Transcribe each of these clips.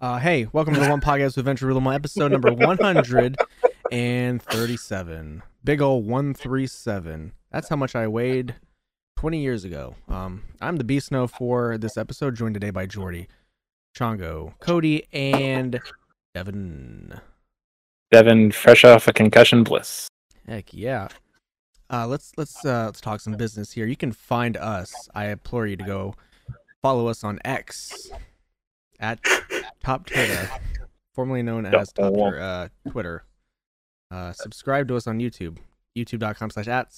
Uh, hey, welcome to the One Podcast with Venture Rulema, episode number 137. Big ol' 137. That's how much I weighed 20 years ago. Um, I'm the Beast Snow for this episode, joined today by Jordy, Chongo, Cody, and Devin. Devin, fresh off a concussion bliss. Heck yeah. Uh, let's let's uh, let's talk some business here. You can find us. I implore you to go follow us on X at Top Twitter, formerly known as Top Tur- uh, Twitter. Uh, subscribe to us on YouTube, youtube.com slash at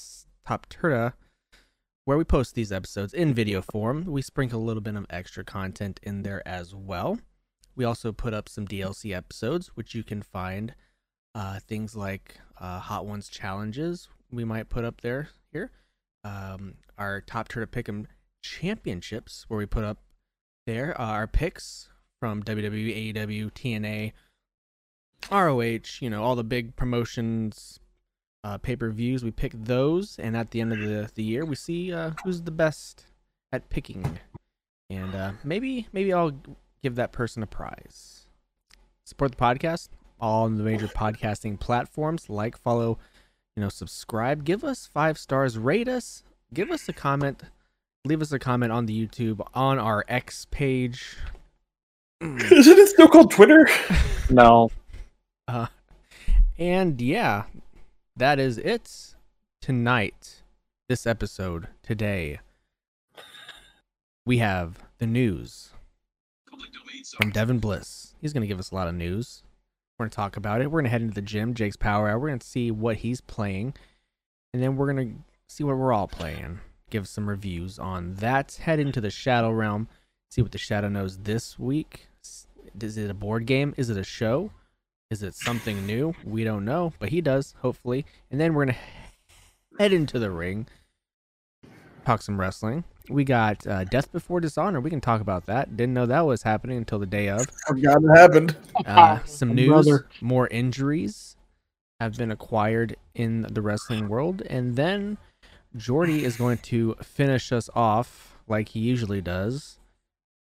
Top Turda, where we post these episodes in video form. We sprinkle a little bit of extra content in there as well. We also put up some DLC episodes, which you can find uh, things like uh, Hot Ones challenges we might put up there here. Um, our Top Turda Pick'em Championships, where we put up there are our picks from E, WWE, AEW, TNA, ROH, you know, all the big promotions, uh, pay per views. We pick those, and at the end of the, the year, we see uh, who's the best at picking. And uh, maybe maybe I'll give that person a prize. Support the podcast all on the major podcasting platforms. Like, follow, you know, subscribe. Give us five stars. Rate us. Give us a comment. Leave us a comment on the YouTube on our X page. Isn't it still called Twitter? No, And yeah, that is it tonight. This episode today, we have the news from Devin Bliss. He's going to give us a lot of news. We're going to talk about it. We're going to head into the gym, Jake's Power Hour. We're going to see what he's playing, and then we're going to see what we're all playing. Give some reviews on that. Head into the Shadow Realm. See what the Shadow knows this week. S- Is it a board game? Is it a show? Is it something new? We don't know, but he does, hopefully. And then we're going to head into the ring, talk some wrestling. We got uh, Death Before Dishonor. We can talk about that. Didn't know that was happening until the day of. Forgot it happened. Uh, some news, Brother. more injuries have been acquired in the wrestling world. And then Jordy is going to finish us off like he usually does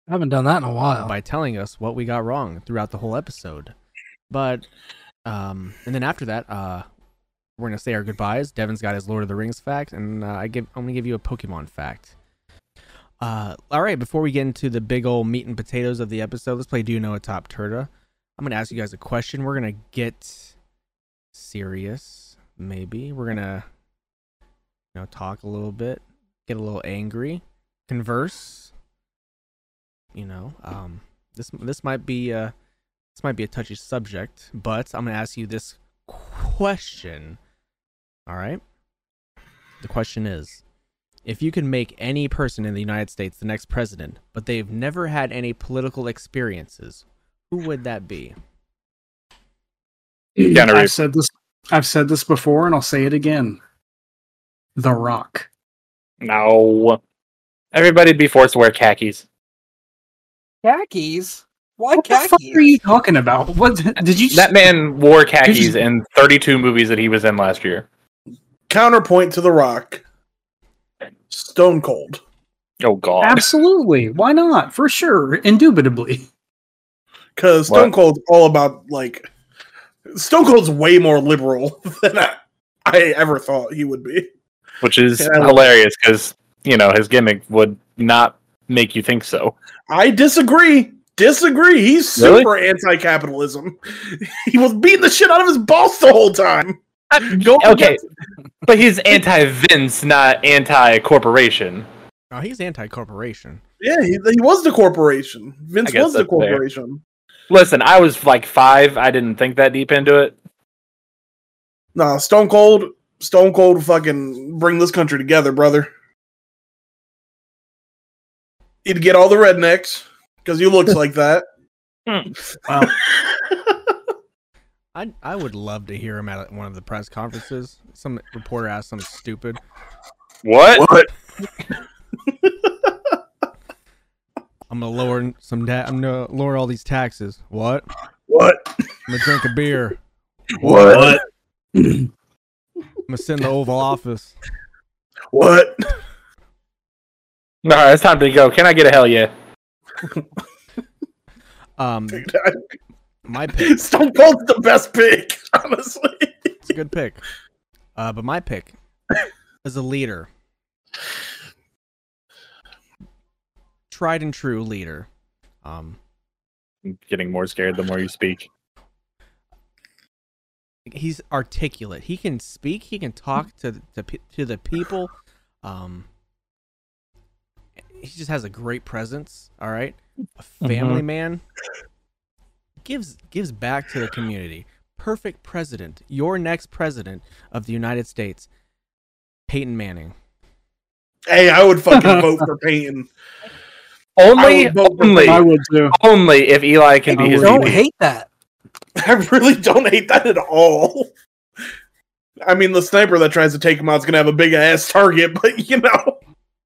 I haven't done that in a while. by telling us what we got wrong throughout the whole episode. But um, and then after that, uh, we're gonna say our goodbyes. Devin's got his Lord of the Rings fact, and uh, I give I'm gonna give you a Pokemon fact. Uh, all right, before we get into the big old meat and potatoes of the episode, let's play Do You Know a Top Turda? I'm gonna ask you guys a question. We're gonna get serious, maybe. We're gonna you know talk a little bit, get a little angry, converse. You know, um, this this might be uh this might be a touchy subject, but I'm gonna ask you this question. All right. The question is if you could make any person in the United States the next president, but they've never had any political experiences, who would that be? Keanu I've Reeves. said this. I've said this before, and I'll say it again. The Rock. no. Everybody'd be forced to wear khakis. Khakis? Why What the khakis? fuck are you talking about? What did you? That man wore khakis in 32 movies that he was in last year. Counterpoint to The Rock. Stone Cold. Oh God. absolutely. Why not? For sure, indubitably. Because What? Stone Cold's all about, like, Stone Cold's way more liberal than I, I ever thought he would be. Which is Yeah. hilarious because you know his gimmick would not make you think so. I disagree. Disagree. He's Really? super anti capitalism. He was beating the shit out of his boss the whole time. Don't Okay, forget- but he's anti Vince, not anti corporation. Oh, he's anti corporation. Yeah, he, he was the corporation. Vince I guess was the that's fair. corporation. Listen, I was like five. I didn't think that deep into it. Nah, Stone Cold, Stone Cold, fucking bring this country together, brother. He'd get all the rednecks because he looks like that. I, I would love to hear him at one of the press conferences. Some reporter asked something stupid. What? I'm gonna lower some da- I'm gonna lower all these taxes. What? What? I'm gonna drink a beer. What? I'm gonna send the Oval Office. What? All right, it's time to go. Can I get a hell yeah? Um, Dude, my pick. I- Stone Cold's the best pick, honestly. It's a good pick. Uh, but my pick is a leader. Tried and true leader. Um, I'm getting more scared the more you speak. he's articulate. He can speak. He can talk to the, to, pe- to the people. Um, he just has a great presence. All right, a family man gives gives back to the community. Perfect president. Your next president of the United States, Peyton Manning. Hey, I would fucking vote for Peyton. Only, I would vote for only, I would too. only if Eli can I be his would. Don't VP. hate that. I really don't hate that at all. I mean, the sniper that tries to take him out is gonna have a big ass target, but you know,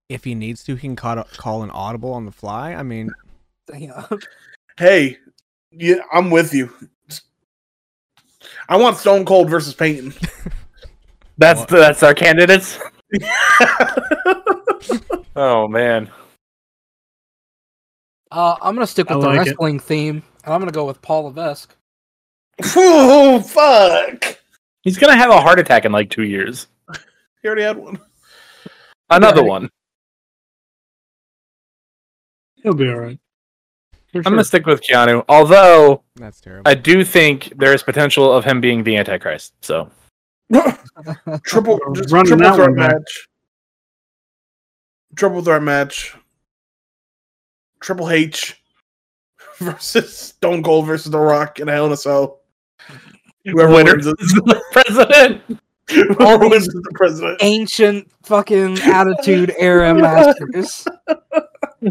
if he needs to, he can call, call an audible on the fly. I mean, Damn. hey, yeah, I'm with you. I want Stone Cold versus Peyton. That's that's our candidates. Oh man, Uh, I'm gonna stick I with the like it. wrestling theme, and I'm gonna go with Paul Levesque. oh fuck! he's gonna have a heart attack in like two years. He already had one. Another Right. one. He'll be all right. For I'm gonna sure. stick with Keanu, although that's terrible. I do think there is potential of him being the Antichrist. So triple We're just running triple that threat one back. match. Triple threat match. Triple H versus Stone Cold versus The Rock in a Hell in a Cell. Whoever Winner. wins, is, president. Oh. whoever wins is the president. Ancient fucking attitude era masters.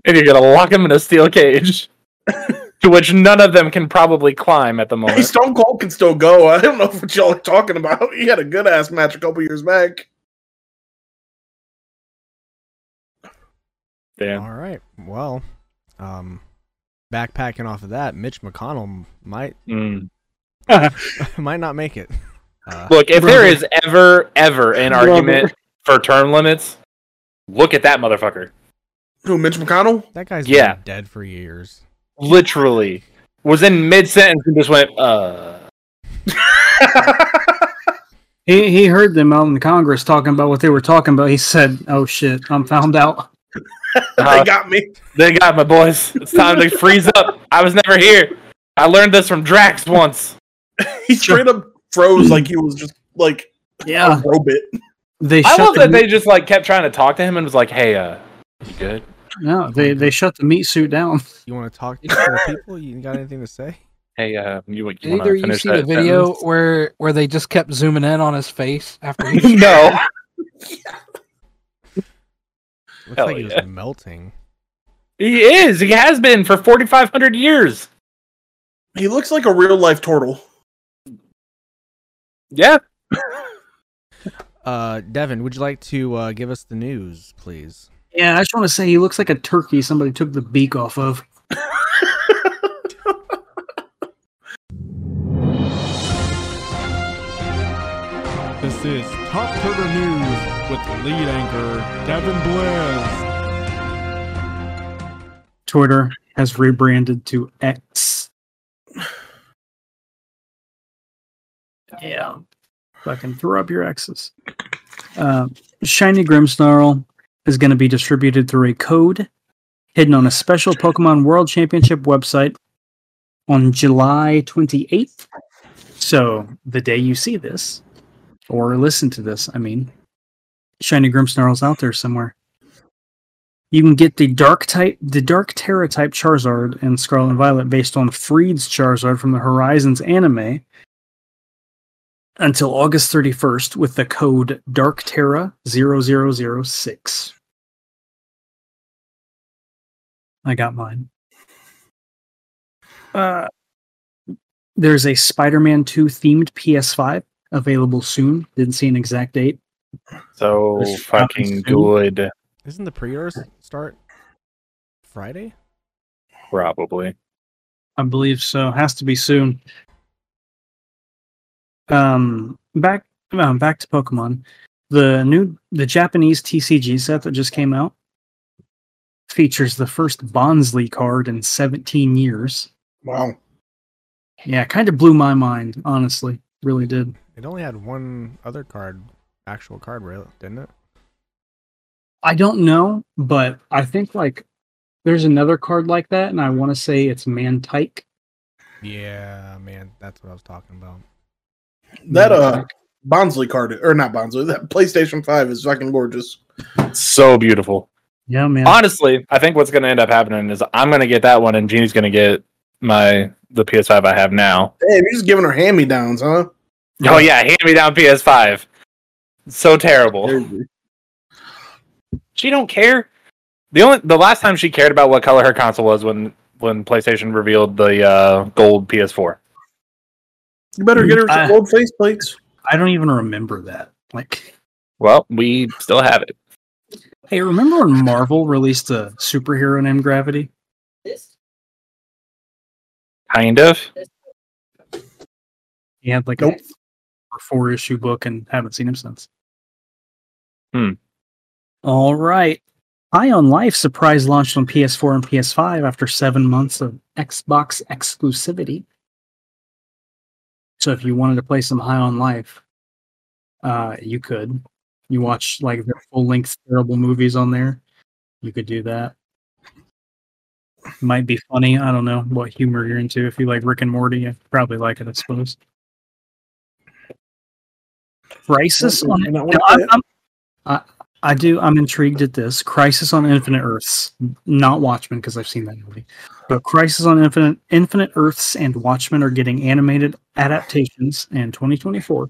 and you're gonna lock him in a steel cage, to which none of them can probably climb at the Oh, Hey, moment. Stone Cold can still go. I don't know what y'all are talking about. He had a good ass match a couple years back. Damn. All right. Well, um, backpacking off of that, Mitch McConnell m- might Mm. might not make it. Uh, Look, if Brother. there is ever ever an Brother. argument for term limits, look at that motherfucker. Who, Mitch McConnell? that guy's yeah. been dead for years. Literally was in mid sentence and just went, uh. He he heard them out in Congress talking about what they were talking about. He said, "Oh shit, I'm found out." Uh, they got me. They got my boys. It's time to freeze up. I was never here. I learned this from Drax once. He straight up froze like he was just like Yeah, a robot. they I shut love the that meat- they just like kept trying to talk to him and was like, "Hey, uh, you good?" no, they they shut the meat suit down. You want to talk to the people? You got anything to say? Hey, uh, you, you Did want either to you finish see that the video sentence? where where they just kept zooming in on his face after he no. Looks Hell like he yeah. was melting. He is. He has been for 4,500 years. He looks like a real life turtle. Yeah. Uh, Devin, would you like to uh, give us the news, please? Yeah, I just want to say he looks like a turkey somebody took the beak off of. This is Top Turtle News with lead anchor Devin Blizz. Twitter has rebranded to X. Yeah. Fucking throw up your X's. Uh, Shiny Grimmsnarl is going to be distributed through a code hidden on a special Pokemon World Championship website on July 28th. So the day you see this, or listen to this, I mean, Shiny Grimmsnarl's out there somewhere. You can get the dark type, the dark Terra type Charizard and Scarlet and Violet based on Freed's Charizard from the Horizons anime until August 31st with the code Dark Terra 0006. I got mine. Uh, there's a Spider Man 2 themed PS5 available soon. Didn't see an exact date. So This is fucking fucking good, Isn't the pre-order s- start Friday? probably. I believe so. Has to be soon. Um, back um, back to Pokemon. The new the Japanese TCG set that just came out features the first Bonsley card in 17 years. Wow. Yeah, kind of blew my mind, honestly. Really did. It only had one other card, actual card, really, didn't it? I don't know, but I think like there's another card like that, and I want to say it's Mantike. Yeah, man, that's what I was talking about. That, uh, Bonsley card, or not Bonsley, that PlayStation 5 is fucking gorgeous. So beautiful. yeah, man. Honestly, I think what's going to end up happening is I'm going to get that one, and Jeannie's going to get my the PS5 I have now. Damn, you're just giving her hand me downs, huh? Oh yeah, hand me down PS5. So terrible. She don't care. The only the last time she cared about what color her console was when when PlayStation revealed the uh, gold PS4. You better get her I- some old faceplates. I don't even remember that. Like, Well, we still have it. hey, remember when Marvel released a superhero named Gravity? Kind of. He had like Nope. a four issue book and haven't seen him since. Hmm. All right. Ion Life surprise launched on PS4 and PS5 after seven months of Xbox exclusivity. So if you wanted to play some High on Life, uh, you could. You watch like the full length terrible movies on there. You could do that. Might be funny. I don't know what humor you're into. If you like Rick and Morty, you probably like it, I suppose. Crisis on And I wanna no, I'm, play it. I'm- I, I do. I'm intrigued at this Crisis on Infinite Earths, not Watchmen, because I've seen that movie. But Crisis on Infinite Infinite Earths and Watchmen are getting animated adaptations in 2024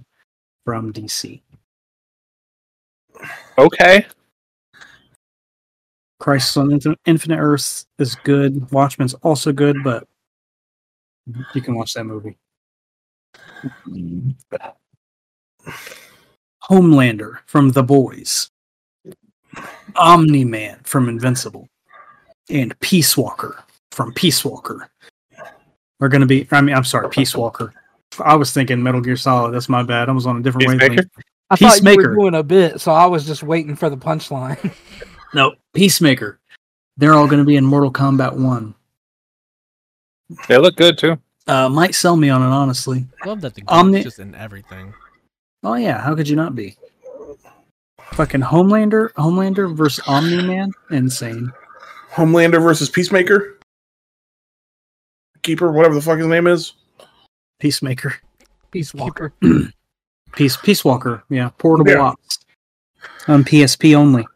from DC. Okay. Crisis on Infinite, Infinite Earths is good. Watchmen's also good, but you can watch that movie. Homelander from The Boys, Omni Man from Invincible, and Peace Walker from Peace Walker are going to be. I mean, I'm sorry, Peace Walker. I was thinking Metal Gear Solid. That's my bad. I was on a different Peacemaker? wavelength. I thought you Peacemaker. were doing a bit, so I was just waiting for the punchline. No, Peacemaker. They're all going to be in Mortal Kombat 1. They look good too. Uh, might sell me on it, honestly. Love that the game's Omni- just in everything. Oh yeah, how could you not be? Fucking Homelander, Homelander versus Omni Man, insane. Homelander versus Peacemaker? Keeper, whatever the fuck his name is. Peacemaker, Peace Walker. Peace, Peace Walker, yeah, portable Yeah. ops on PSP only,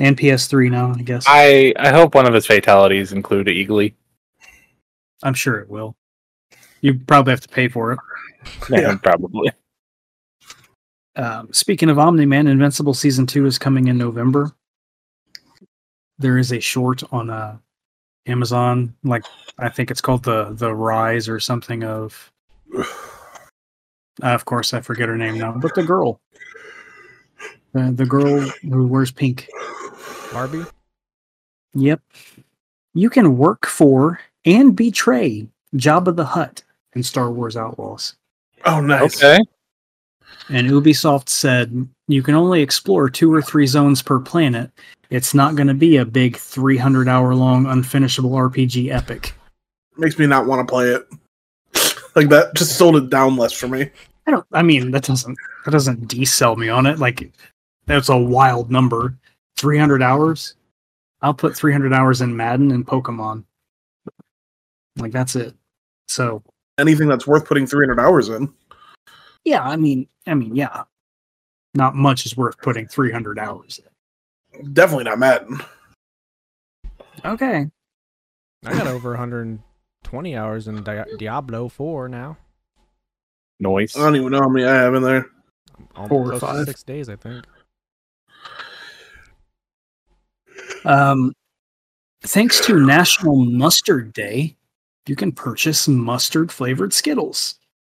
and PS3 now, I guess. I, I I hope one of his fatalities include Eagly. am sure it will. You probably have to pay for it. Yeah, Yeah. probably. Um, speaking of Omni Man, Invincible season two is coming in November. There is a short on uh, Amazon, like I think it's called the the Rise or something of Uh, of course, I forget her name now, but the girl, Uh, the, the girl who wears pink. Barbie? Yep. You can work for and betray Jabba the Hutt in Star Wars Outlaws. Oh, nice. Okay. And Ubisoft said you can only explore two or three zones per planet. It's not going to be a big 300 hour long unfinishable RPG epic. Makes me not want to play it. Like that just sold it down less for me. I don't. I mean, that doesn't that doesn't decel me on it. Like, that's a wild number. Three hundred hours. I'll put three hundred hours in Madden and Pokemon. Like that's it. So Anything that's worth putting 300 hours in. yeah, I mean, I mean, yeah. Not much is worth putting three hundred hours. Definitely not Madden. in. Okay. I got over 120 hours in Dia- Diablo 4 now. Noise. I don't even know how many I have in there. Almost Four or close to five. Six days, I think. Um, thanks to National Mustard Day, you can purchase mustard flavored Skittles.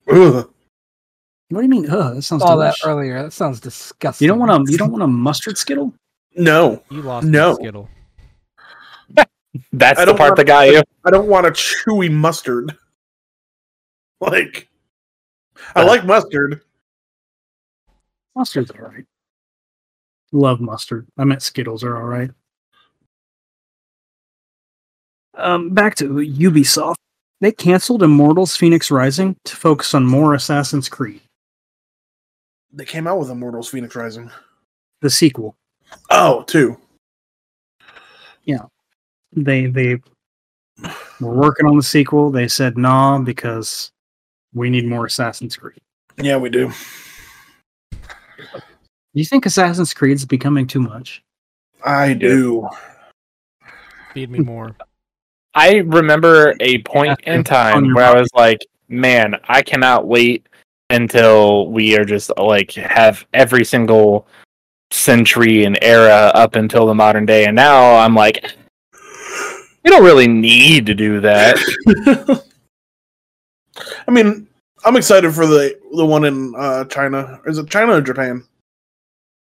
Ugh. What do you mean? Ugh, that sounds. Saw that delish. earlier. That sounds disgusting. You don't want to. You don't want a mustard Skittle. No, You lost No. me, Skittle. That's I the don't part want- that got you. I don't want a chewy mustard. Like, I like mustard. Mustard's all right. Love mustard. I meant Skittles are all right. Um, back to Ubisoft. They canceled Immortals Phoenix Rising to focus on more Assassin's Creed, They came out with Immortals Phoenix Rising. the sequel. Oh, two. They they were working on the sequel. They said nah because we need more Assassin's Creed. Yeah, we do. Do you think Assassin's Creed's becoming too much? I do. Feed me more. I remember a point Yeah, in on time your where I was like, man, I cannot wait until we are just like have every single century and era up until the modern day. And now I'm like, we don't really need to do that. I mean, I'm excited for the the one in uh, China. Is it China or Japan?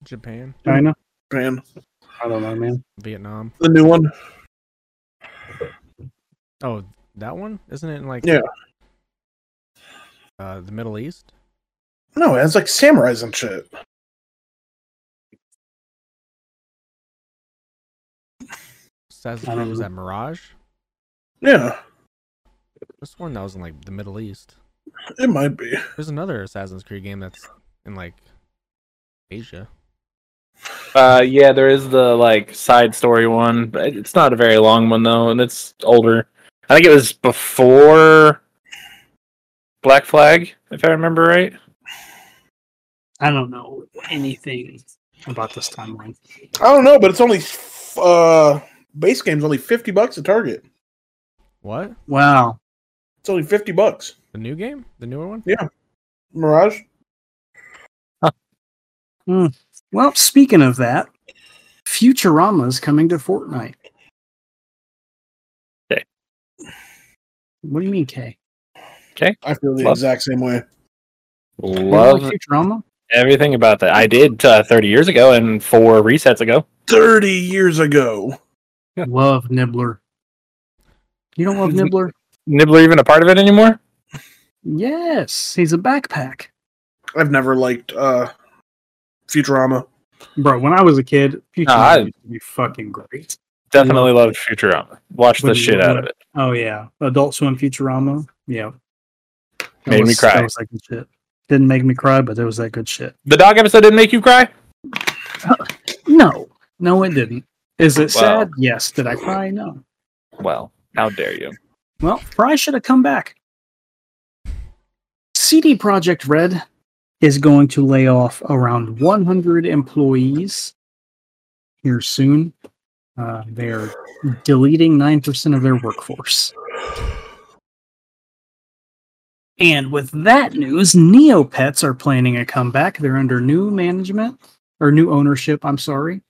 Japan, China? Japan. I don't know, man. Vietnam. The new one. Oh, that one isn't it in like Yeah. uh, the Middle East? No, it has like samurais and shit. Assassin's I Creed don't was know. that Mirage? Yeah, This one that was in like the Middle East. it might be. There's another Assassin's Creed game that's in like Asia. Uh, yeah, there is the like side story one, but it's not a very long one though, and it's older. I think it was before Black Flag, if I remember right. I don't know anything about this timeline. I don't know, but it's only f- uh, base game's only fifty bucks at Target. What? Wow. It's only fifty bucks. The new game? The newer one? Mirage. Well, speaking of that, Futurama's coming to Fortnite. Okay. What do you mean, K? I feel the Love- exact same way. You don't like Love Futurama. everything about that. I did uh, 30 years ago and four resets ago. Thirty years ago. Love Nibbler. You don't love Nibbler? Nibbler even a part of it anymore? Yes, he's a backpack. I've never liked uh, Futurama. Bro, when I was a kid, Futurama I- used to be fucking great. Definitely loved Futurama. Watched the Wouldn't shit you out love of it. Oh yeah, Adult Swim Futurama. Yeah, That Made me was- cry. That was that good shit. Didn't make me cry, but there was that good shit. The dog episode didn't make you cry? No, no, it didn't. Is it Wow. sad? Yes. Did I cry? No. Well, how dare you? Well, Fry should have come back. CD Project Red is going to lay off around 100 employees here soon. Uh, they're deleting 9% of their workforce. And with that news, Neopets are planning a comeback. They're under new management or new ownership, I'm sorry.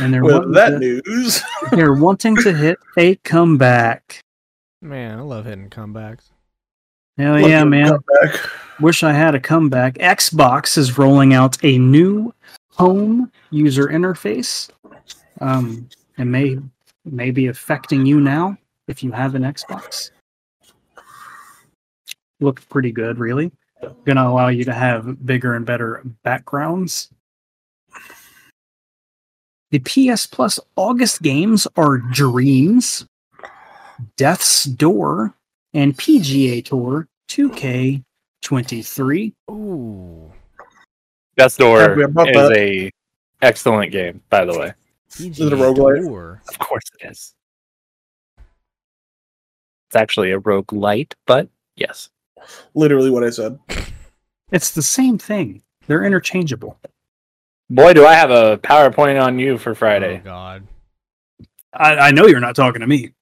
And they're, wanting With that to- news, they're wanting to hit a comeback. Man, I love hitting comebacks. Hell Look yeah, at man. comeback. Wish I had a comeback. Xbox is rolling out a new home user interface. Um, it may may be affecting you now if you have an Xbox. Looked pretty good, really. Gonna allow you to have bigger and better backgrounds. The PS Plus August games are Dreams, Death's Door, and PGA Tour 2K 23. Ooh. Death's Door Happy is about that. a excellent game, by the way. Is it a roguelite? Of course it is. It's actually a roguelite, but yes. literally what I said. It's the same thing. They're interchangeable. Boy, do I have a PowerPoint on you for Oh, Friday. God. I, I know you're not talking to me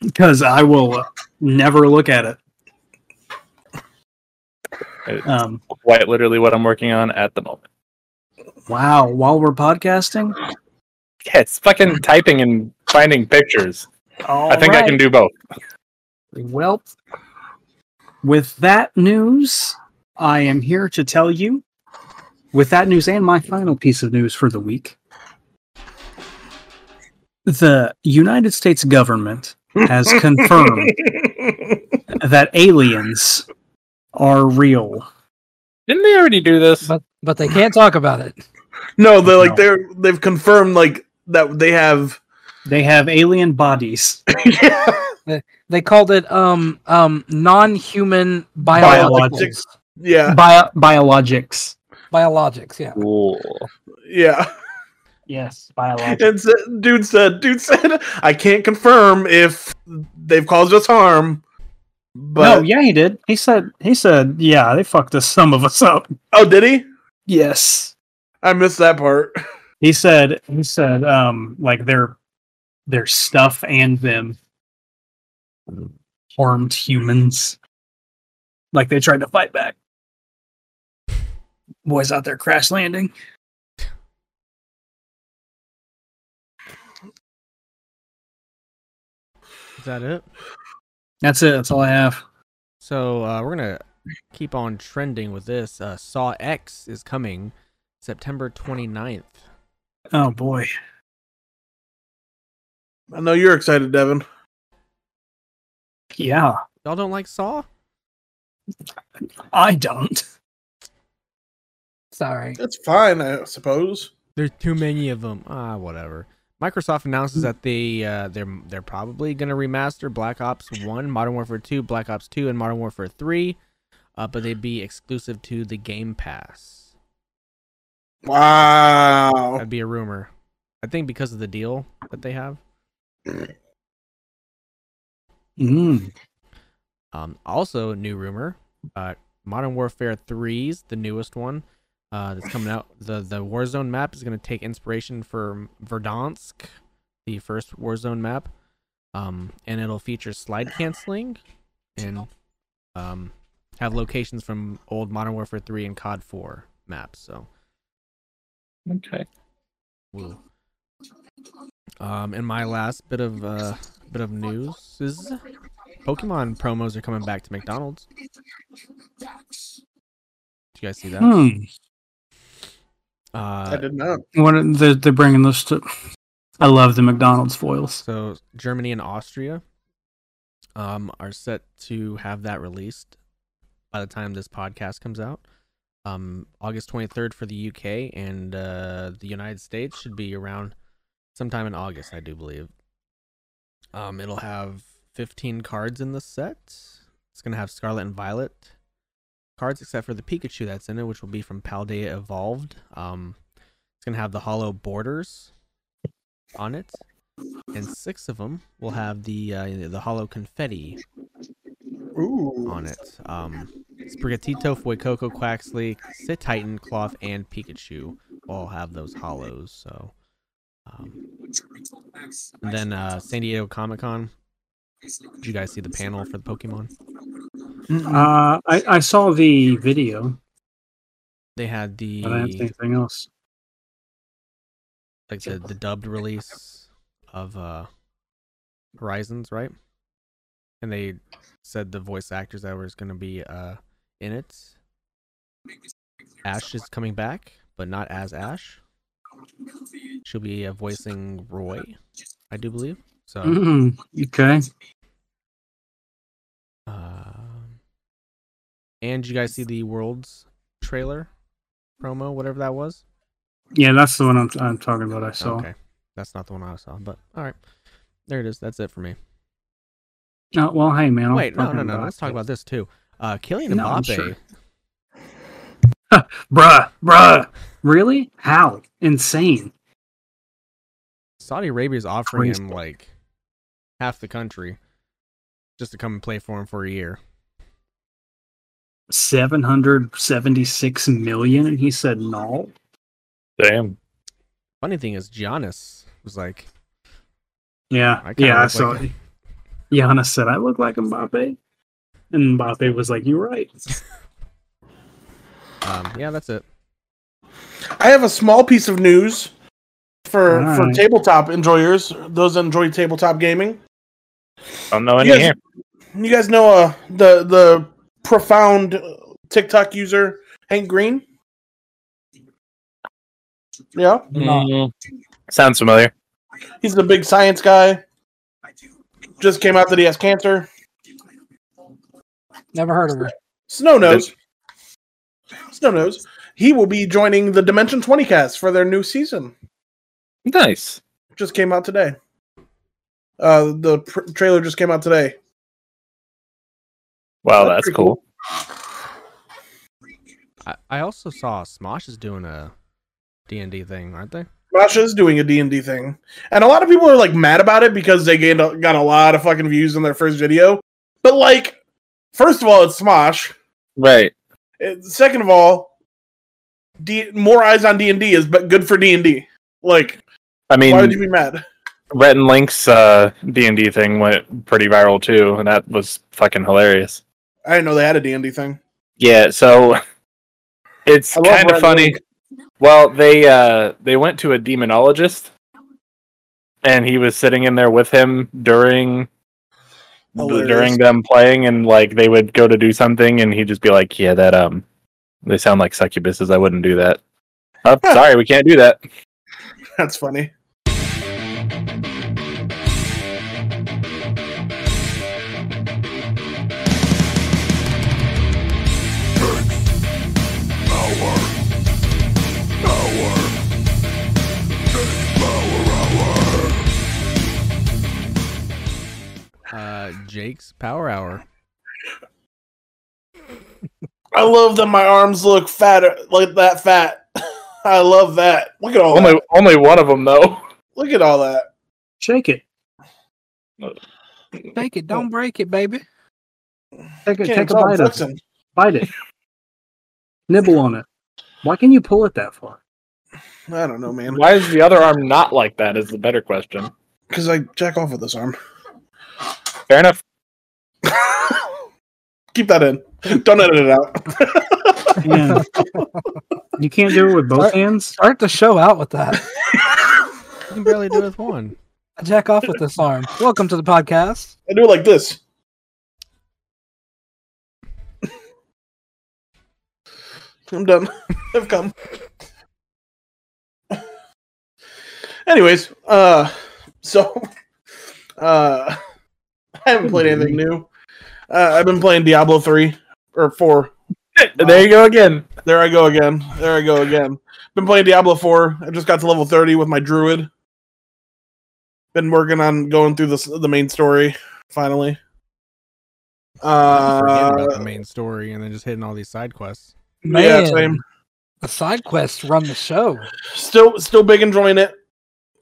because I will uh, never look at it. Um, Quite literally what I'm working on at the moment. wow. While we're podcasting, Yeah, it's fucking typing and finding pictures. I think I can do both. Well, with that news, I am here to tell you. With that news and my final piece of news for the week, the United States government has confirmed that aliens are real. Didn't they already do this? But but they can't talk about it. no, they're like No. they're they've confirmed like that they have They have alien bodies. They, they called it um um non-human biologicals. Biologics. Yeah, Bio- biologics. Biologics. Yeah. yeah. Yes, biologics. And sa- dude said, dude said, I can't confirm if they've caused us harm. But no, yeah, he did. He said, he said, yeah, they fucked us, some of us up. oh, did he? Yes, I missed that part. he said, he said, um, like their their stuff and them harmed humans, like they tried to fight back. Boys out there crash landing. Is that it? That's it. That's all I have. So uh, we're gonna keep on trending with this. Uh, Saw X is coming September 29th. Oh boy. I know you're excited, Devin. Yeah, Y'all don't like Saw? I don't. Sorry. That's fine, I suppose. There's too many of them. Ah, whatever. Microsoft announces that they uh, they're they're probably gonna remaster Black Ops One, Modern Warfare Two, Black Ops Two, and Modern Warfare Three, uh, but they'd be exclusive to the Game Pass. Wow. That'd be a rumor. I think because of the deal that they have. Mm. Um, also, new rumor: uh, Modern Warfare 3's the newest one uh, that's coming out. the The Warzone map is going to take inspiration from Verdansk, the first Warzone map, um, and it'll feature slide canceling and um, have locations from old Modern Warfare 3 and COD 4 maps. So, Okay. woo. Um, and my last bit of uh, bit of news is Pokemon promos are coming back to McDonald's. Did you guys see that? Hmm. I Uh, did not. What are- they're, they're bringing those to. I love the McDonald's foils. so Germany and Austria um, are set to have that released by the time this podcast comes out. Um, August 23rd for the UK and uh, the United States should be around sometime in August, I do believe. Um, it'll have 15 cards in the set. It's going to have Scarlet and Violet cards, except for the Pikachu that's in it, which will be from Paldea Evolved. Um, it's going to have the hollow borders on it and six of them will have the uh, the hollow confetti Ooh. on it. Um, Sprigatito, Fuecoco, Quaxley, Sit Titan, Cloth, and Pikachu all have those hollows. So, um, and then uh, San Diego Comic Con. Did you guys see the panel for the Pokemon? Uh, I, I saw the video, They had the but I didn't see anything else. like the, the dubbed release of uh Horizons, right? And they said the voice actors that was gonna be uh in it. Ash is coming back, but not as Ash. She'll be uh, voicing Roy, I do believe. So Mm, okay. um, and did you guys see the Worlds trailer promo, whatever that was? Yeah, that's the one I'm, I'm talking about. I saw. Okay. That's not the one I saw, but alright. There it is. That's it for me. Uh, well, hey, man. I'm Wait, no, talking no, no. about- Let's talk about this too. Uh, Kylian No, I'm Mbappe. sure. Bruh, bruh. Really? How? Insane. Saudi Arabia's offering Crazy. him like half the country just to come and play for him for a year. 776 million, and he said no. Damn. Funny thing is, Giannis was like, Yeah. I kinda yeah, I look saw like- it. Giannis said, I look like Mbappe. And Mbappe was like, You're right. um, "Yeah, that's it." I have a small piece of news for All for right. tabletop enjoyers, those that enjoy tabletop gaming. Don't know any Yes. here. You guys know uh, the the profound uh, TikTok user Hank Green. Yeah, Mm. Sounds familiar. he's the big science guy. Just came out that he has cancer. Never heard of her. Snow knows. Snow knows. He will be joining the Dimension Twenty cast for their new season. Nice. Just came out today. Uh, the pr- trailer just came out today. Wow, that's That's pretty cool. I, I also saw Smosh is doing a D and D thing, aren't they? Masha is doing a D&D thing. And a lot of people are like mad about it because they gained a, got a lot of fucking views on their first video. But like first of all, it's Smosh. Right. And second of all, D- more eyes on D&D is but good for D&D. Like I mean, why would you be mad? Rhett and Link's uh, D&D thing went pretty viral too, and that was fucking hilarious. I didn't know they had a D&D thing. Yeah, so it's I love kind Red of funny. Link. Well, they uh, they went to a demonologist, and he was sitting in there with him during the- Hilarious. during them playing, and like they would go to do something, and he'd just be like, "Yeah, that um, they sound like succubuses. I wouldn't do that." Oh, sorry, we can't do that. That's funny. Uh, Jake's Power Hour. I love that my arms look fatter like that fat. I love that. Look at all Oh that. Only only one of them though. Look at all that. Shake it. Take it, don't break it, baby. Take, it, Can't take a tell I'm bite of it. flexing. Bite it. Nibble on it. Why can you pull it that far? I don't know, man. Why is the other arm not like that? Is the better question. Because I jack off with this arm. Fair enough. Keep that in. Don't edit it out. Yeah. you can't do it with both hands. Start the show out with that. You can barely do it with one. I jack off with this arm. Welcome to the podcast. I do it like this. I'm done. I've come. Anyways, uh, so, uh, I haven't played anything new. Uh, I've been playing Diablo three or four. There you go again. There I go again. There I go again. Been playing Diablo 4. I just got to level 30 with my druid. Been working on going through the s- the main story finally. Forgetting about Uh the main story and then just hitting all these side quests. yeah, Man. same. The side quests run the show. Still still big enjoying it.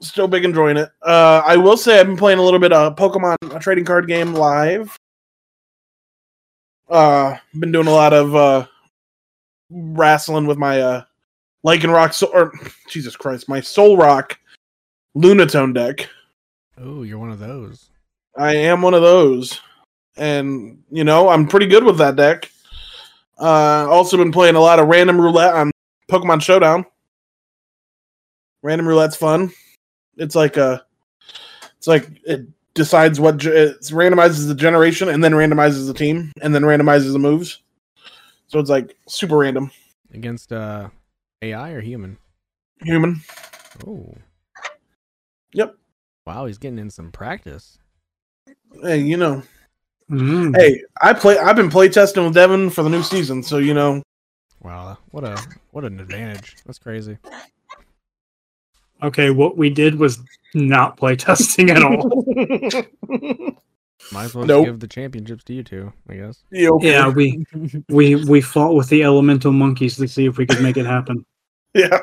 Still big enjoying it. Uh I will say I've been playing a little bit of Pokemon a trading card game live. Uh been doing a lot of uh wrestling with my uh Lycanroc Sol- or Jesus Christ, my Soul Rock Lunatone deck. Oh, you're one of those. I am one of those, and you know I'm pretty good with that deck. Uh, also been playing a lot of random roulette on Pokemon Showdown. Random roulette's fun. It's like a, it's like it decides what ge- it randomizes the generation and then randomizes the team and then randomizes the moves. So it's like super random. Against uh, AI or human? Human. Oh. Yep. Wow, he's getting in some practice. Hey, you know. Mm. Hey, I play. I've been playtesting with Devin for the new season, so you know Wow, what a what an advantage. That's crazy. Okay, what we did was not play testing at all. Might as well Nope. just give the championships to you two, I guess. you. Okay. yeah, we we we fought with the elemental monkeys to see if we could make it happen. Yeah.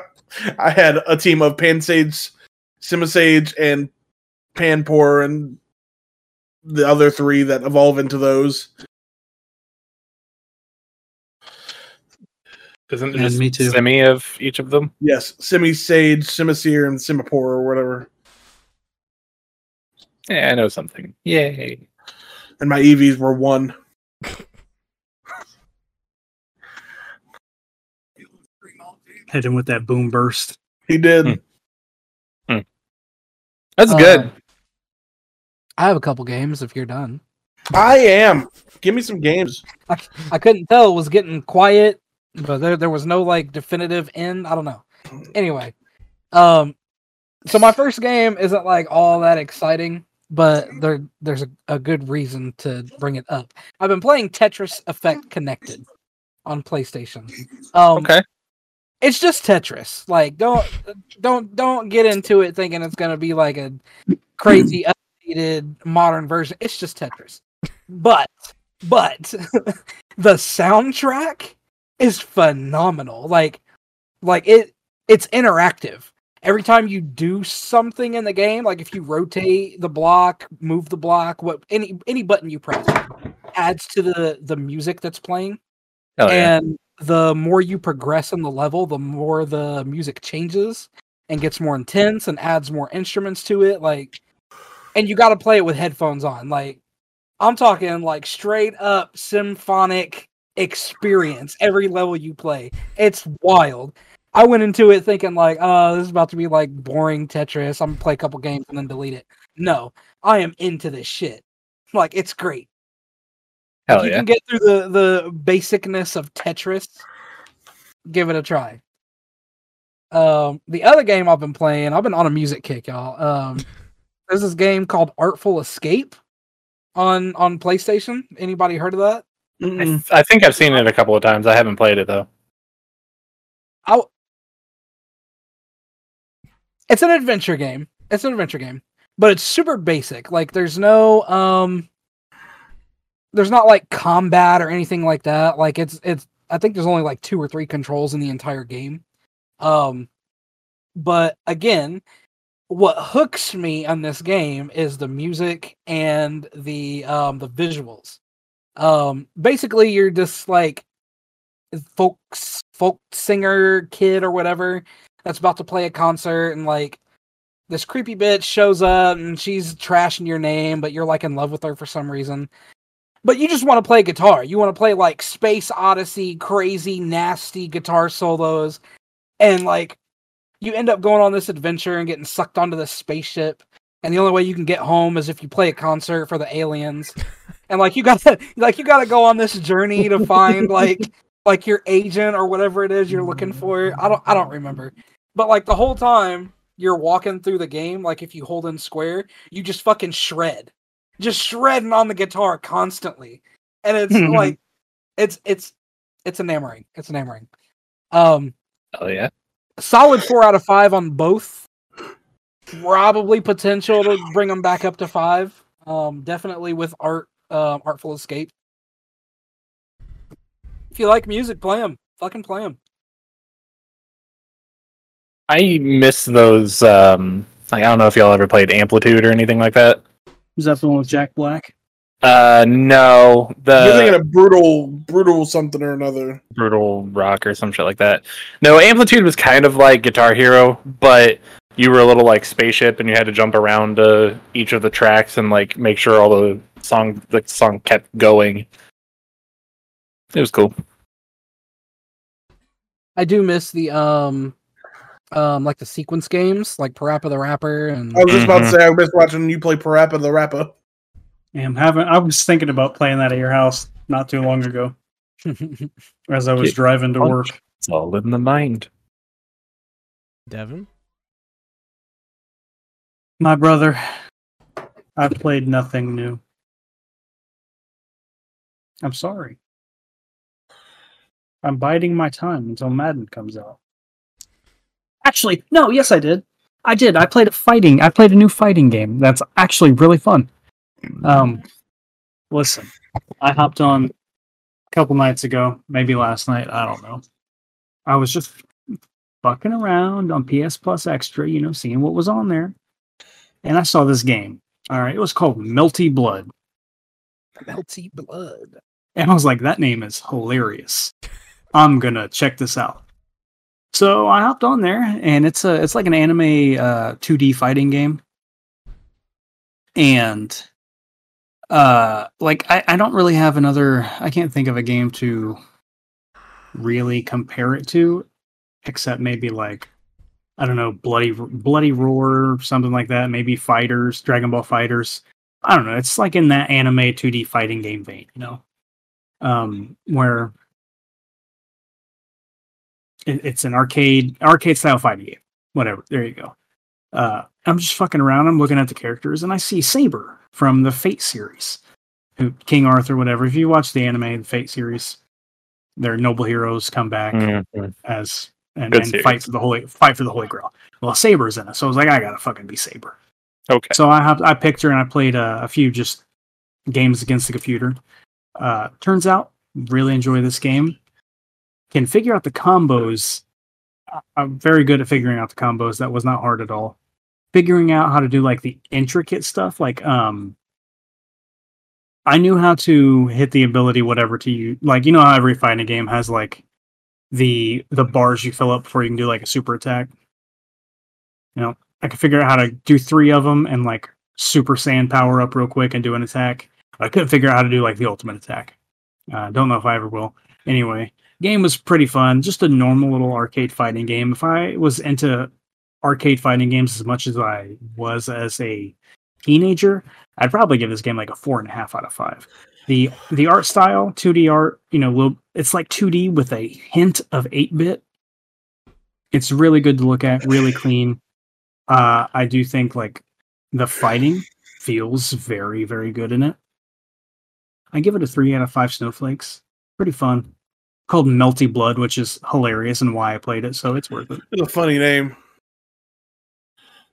I had a team of Pansage, Simisage, and Panpour, and the other three that evolve into those. Isn't it And just me too. semi of each of them? Yes, Simisage, Simisir, and Simipore, or whatever. Yeah, I know something. Yay. And my EVs were one. Hit him with that boom burst. He did. Hmm. That's Uh, good. I have a couple games if you're done. I am. Give me some games. I couldn't tell. It was getting quiet, but there, there was no like definitive end. I don't know. Anyway, um, so my first game isn't like all that exciting, but there there's a, a good reason to bring it up. I've been playing Tetris Effect Connected on PlayStation. Um, Okay. it's just Tetris. Like don't don't don't get into it thinking it's gonna be like a crazy update updated modern version. It's just Tetris. But but the soundtrack is phenomenal. Like like it it's interactive. Every time you do something in the game, like if you rotate the block, move the block, what any any button you press adds to the the music that's playing. Oh, yeah. And the more you progress in the level, the more the music changes and gets more intense and adds more instruments to it. Like, and you got to play it with headphones on. Like, I'm talking like straight up symphonic experience every level you play. It's wild. I went into it thinking like, oh, this is about to be like boring Tetris. I'm gonna play a couple games and then delete it. No, I am into this shit. Like, it's great. If Hell you yeah. can get through the the basicness of Tetris, give it a try. Um, the other game I've been playing, I've been on a music kick, y'all. Um, there's this game called Artful Escape on on PlayStation. Anybody heard of that? I, Mm-mm. I think I've seen it a couple of times. I haven't played it though. It's an adventure game. It's an adventure game, but it's super basic. Like there's no um, there's not like combat or anything like that. Like it's it's I think there's only like two or three controls in the entire game. Um, but again, what hooks me on this game is the music and the um the visuals. Um, basically, you're just like folk folk singer kid or whatever that's about to play a concert and like this creepy bitch shows up and she's trashing your name but you're like in love with her for some reason but you just want to play guitar you want to play like space odyssey crazy nasty guitar solos and like you end up going on this adventure and getting sucked onto this spaceship and the only way you can get home is if you play a concert for the aliens and like you gotta like you gotta go on this journey to find like like your agent or whatever it is you're looking for i don't i don't remember but like the whole time you're walking through the game, like if you hold in square, you just fucking shred. Just shredding on the guitar constantly. And it's like it's it's it's enamoring. It's enamoring. Um Hell yeah. solid four out of five on both. Probably potential to bring them back up to five. Um, definitely with art, um, artful escape. If you like music, play them. Fucking play them. I miss those. Um, like, I don't know if y'all ever played Amplitude or anything like that. Is that the one with Jack Black? Uh, no, You're the thinking of brutal, brutal something or another. brutal rock or some shit like that. No, Amplitude was kind of like Guitar Hero, but you were a little like spaceship and you had to jump around uh, each of the tracks and like make sure all the song the song kept going. It was cool. I do miss the um um like the sequence games like Parappa the Rapper and I was just about to Mm-hmm. say I missed watching you play Parappa the Rapper. Damn, haven't I was thinking about playing that at your house not too long ago as I was Yeah. driving to work. It's all in the mind. Devin? My brother, I played nothing new. I'm sorry. I'm biding my time until Madden comes out. Actually, no, yes, I did. I did. I played a fighting. I played a new fighting game that's actually really fun. Um, listen, I hopped on a couple nights ago, maybe last night. I don't know. I was just fucking around on PS Plus Extra, you know, seeing what was on there and I saw this game. All right, it was called Melty Blood, Melty Blood. and I was like, that name is hilarious. I'm gonna check this out. So I hopped on there, and it's a it's like an anime uh, 2D fighting game, and uh, like I, I don't really have another. I can't think of a game to really compare it to, except maybe like I don't know, bloody bloody roar, or something like that. Maybe fighters, Dragon Ball fighters. I don't know. It's like in that anime 2D fighting game vein, you know, um, where it, it's an arcade arcade style fighting game. Whatever. There you go. Uh, I'm just fucking around. I'm looking at the characters, and I see Saber from the Fate series, who King Arthur, whatever. If you watch the anime, the Fate series, their noble heroes come back Mm-hmm. as and, Good and series. fight for the holy fight for the holy grail. Well, Saber's in it, so I was like, I gotta fucking be Saber. Okay. So I have I picked her and I played uh, a few just games against the computer. Uh, turns out, really enjoy this game. Can figure out the combos. I- I'm very good at figuring out the combos. That was not hard at all. Figuring out how to do like the intricate stuff, like um, I knew how to hit the ability whatever to you. Like you know how every fighting game has like the the bars you fill up before you can do like a super attack. I could figure out how to do three of them and like Super Saiyan power up real quick and do an attack. I couldn't figure out how to do like the ultimate attack. Uh, don't know if I ever will. Anyway, game was pretty fun. Just a normal little arcade fighting game. If I was into arcade fighting games as much as I was as a teenager, I'd probably give this game like a four and a half out of five. The the art style, 2D art, you know, little, it's like 2D with a hint of 8 bit. It's really good to look at, really clean uh, I do think like the fighting feels very, very good in it. I give it a three out of five snowflakes. Pretty fun. Called Melty Blood, which is hilarious and why I played it, so it's worth it. It's a funny name.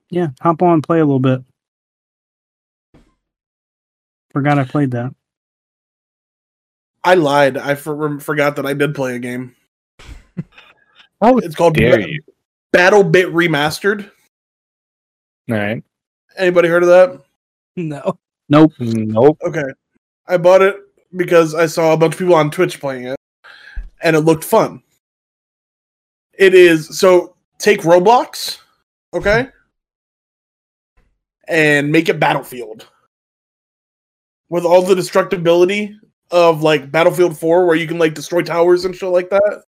Yeah, hop on, play a little bit. Forgot I played that. I lied. I for- forgot that I did play a game. Oh, It's called dare Ba- you? Battle Bit Remastered. All right. Anybody heard of that? No. Nope. Nope. Okay. I bought it because I saw a bunch of people on Twitch playing it and it looked fun. It is so take Roblox, okay? And make it Battlefield. With all the destructibility of like Battlefield 4 where you can like destroy towers and shit like that,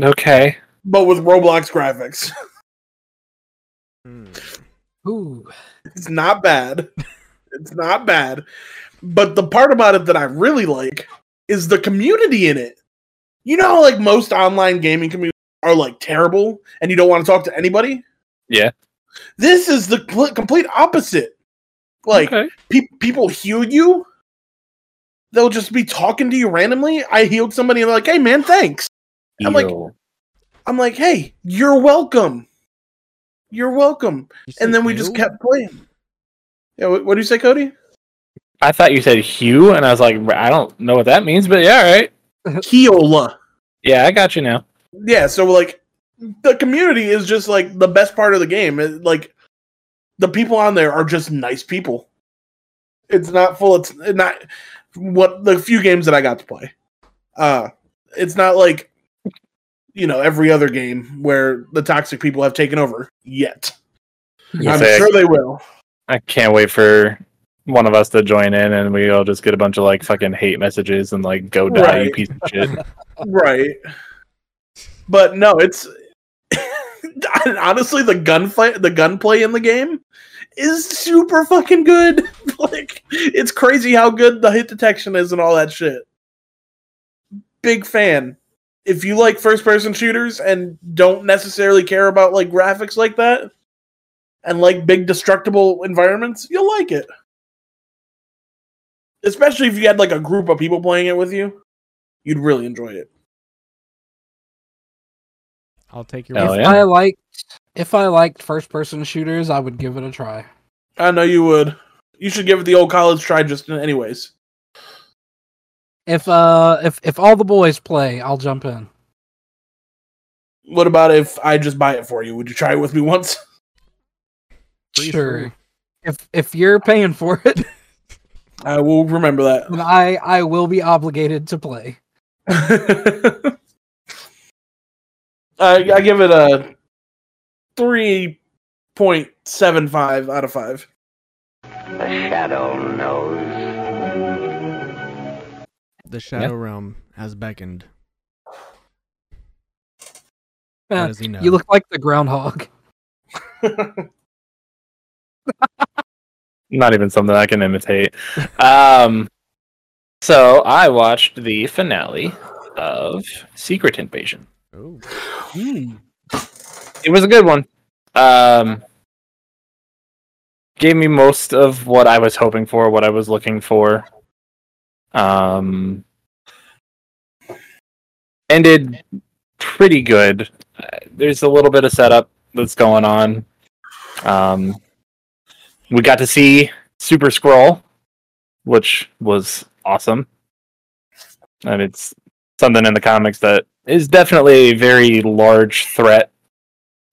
Okay. but with Roblox graphics. Hmm. Ooh. It's not bad. It's not bad. But the part about it that I really like is the community in it. You know how like most online gaming communities are like terrible and you don't want to talk to anybody? Yeah. This is the cl- complete opposite. Like okay. pe- people heal you. They'll just be talking to you randomly. I healed somebody and they're like, "Hey man, thanks." I'm like- Yo. I'm like, "Hey, you're welcome." You're welcome. You said And then we just you? kept playing. Yeah, what, what do you say, Cody? I thought you said hue, and I was like, I don't know what that means, but yeah, all right. Keola. Yeah, I got you now. yeah so like the community is just like the best part of the game It- like the people on there are just nice people it's not full it's not what the few games that i got to play uh it's not like you know every other game where the toxic people have taken over yet i'm Sick. sure they will I can't wait for one of us to join in, and we all just get a bunch of like fucking hate messages and like go die, you Right. piece of shit. right but no it's honestly the gunfight the gunplay in the game is super fucking good like it's crazy how good the hit detection is and all that shit big fan if you like first person shooters and don't necessarily care about like graphics like that and like big destructible environments you'll like it especially if you had like a group of people playing it with you you'd really enjoy it I'll take your Hell word. yeah. I liked if I liked first person shooters, I would give it a try. I know you would. You should give it the old college try just in anyways. If uh if if all the boys play, I'll jump in. What about if I just buy it for you? Would you try it with me once? Free, sure. free. If if you're paying for it, I will remember then I I will be obligated to play. that. I, I give it a 3.75 out of 5. The shadow knows. The Shadow Realm has beckoned. Eh, How does he know? You look like the groundhog. Not even something I can imitate. Um, so I watched the finale of Secret Invasion. Oh. It was a good one. Um, gave me most of what I was hoping for, what I was looking for. Um, ended pretty good. Uh, There's a little bit of setup that's going on. Um, We got to see Super Scroll, which was awesome. And it's something in the comics that is definitely a very large threat.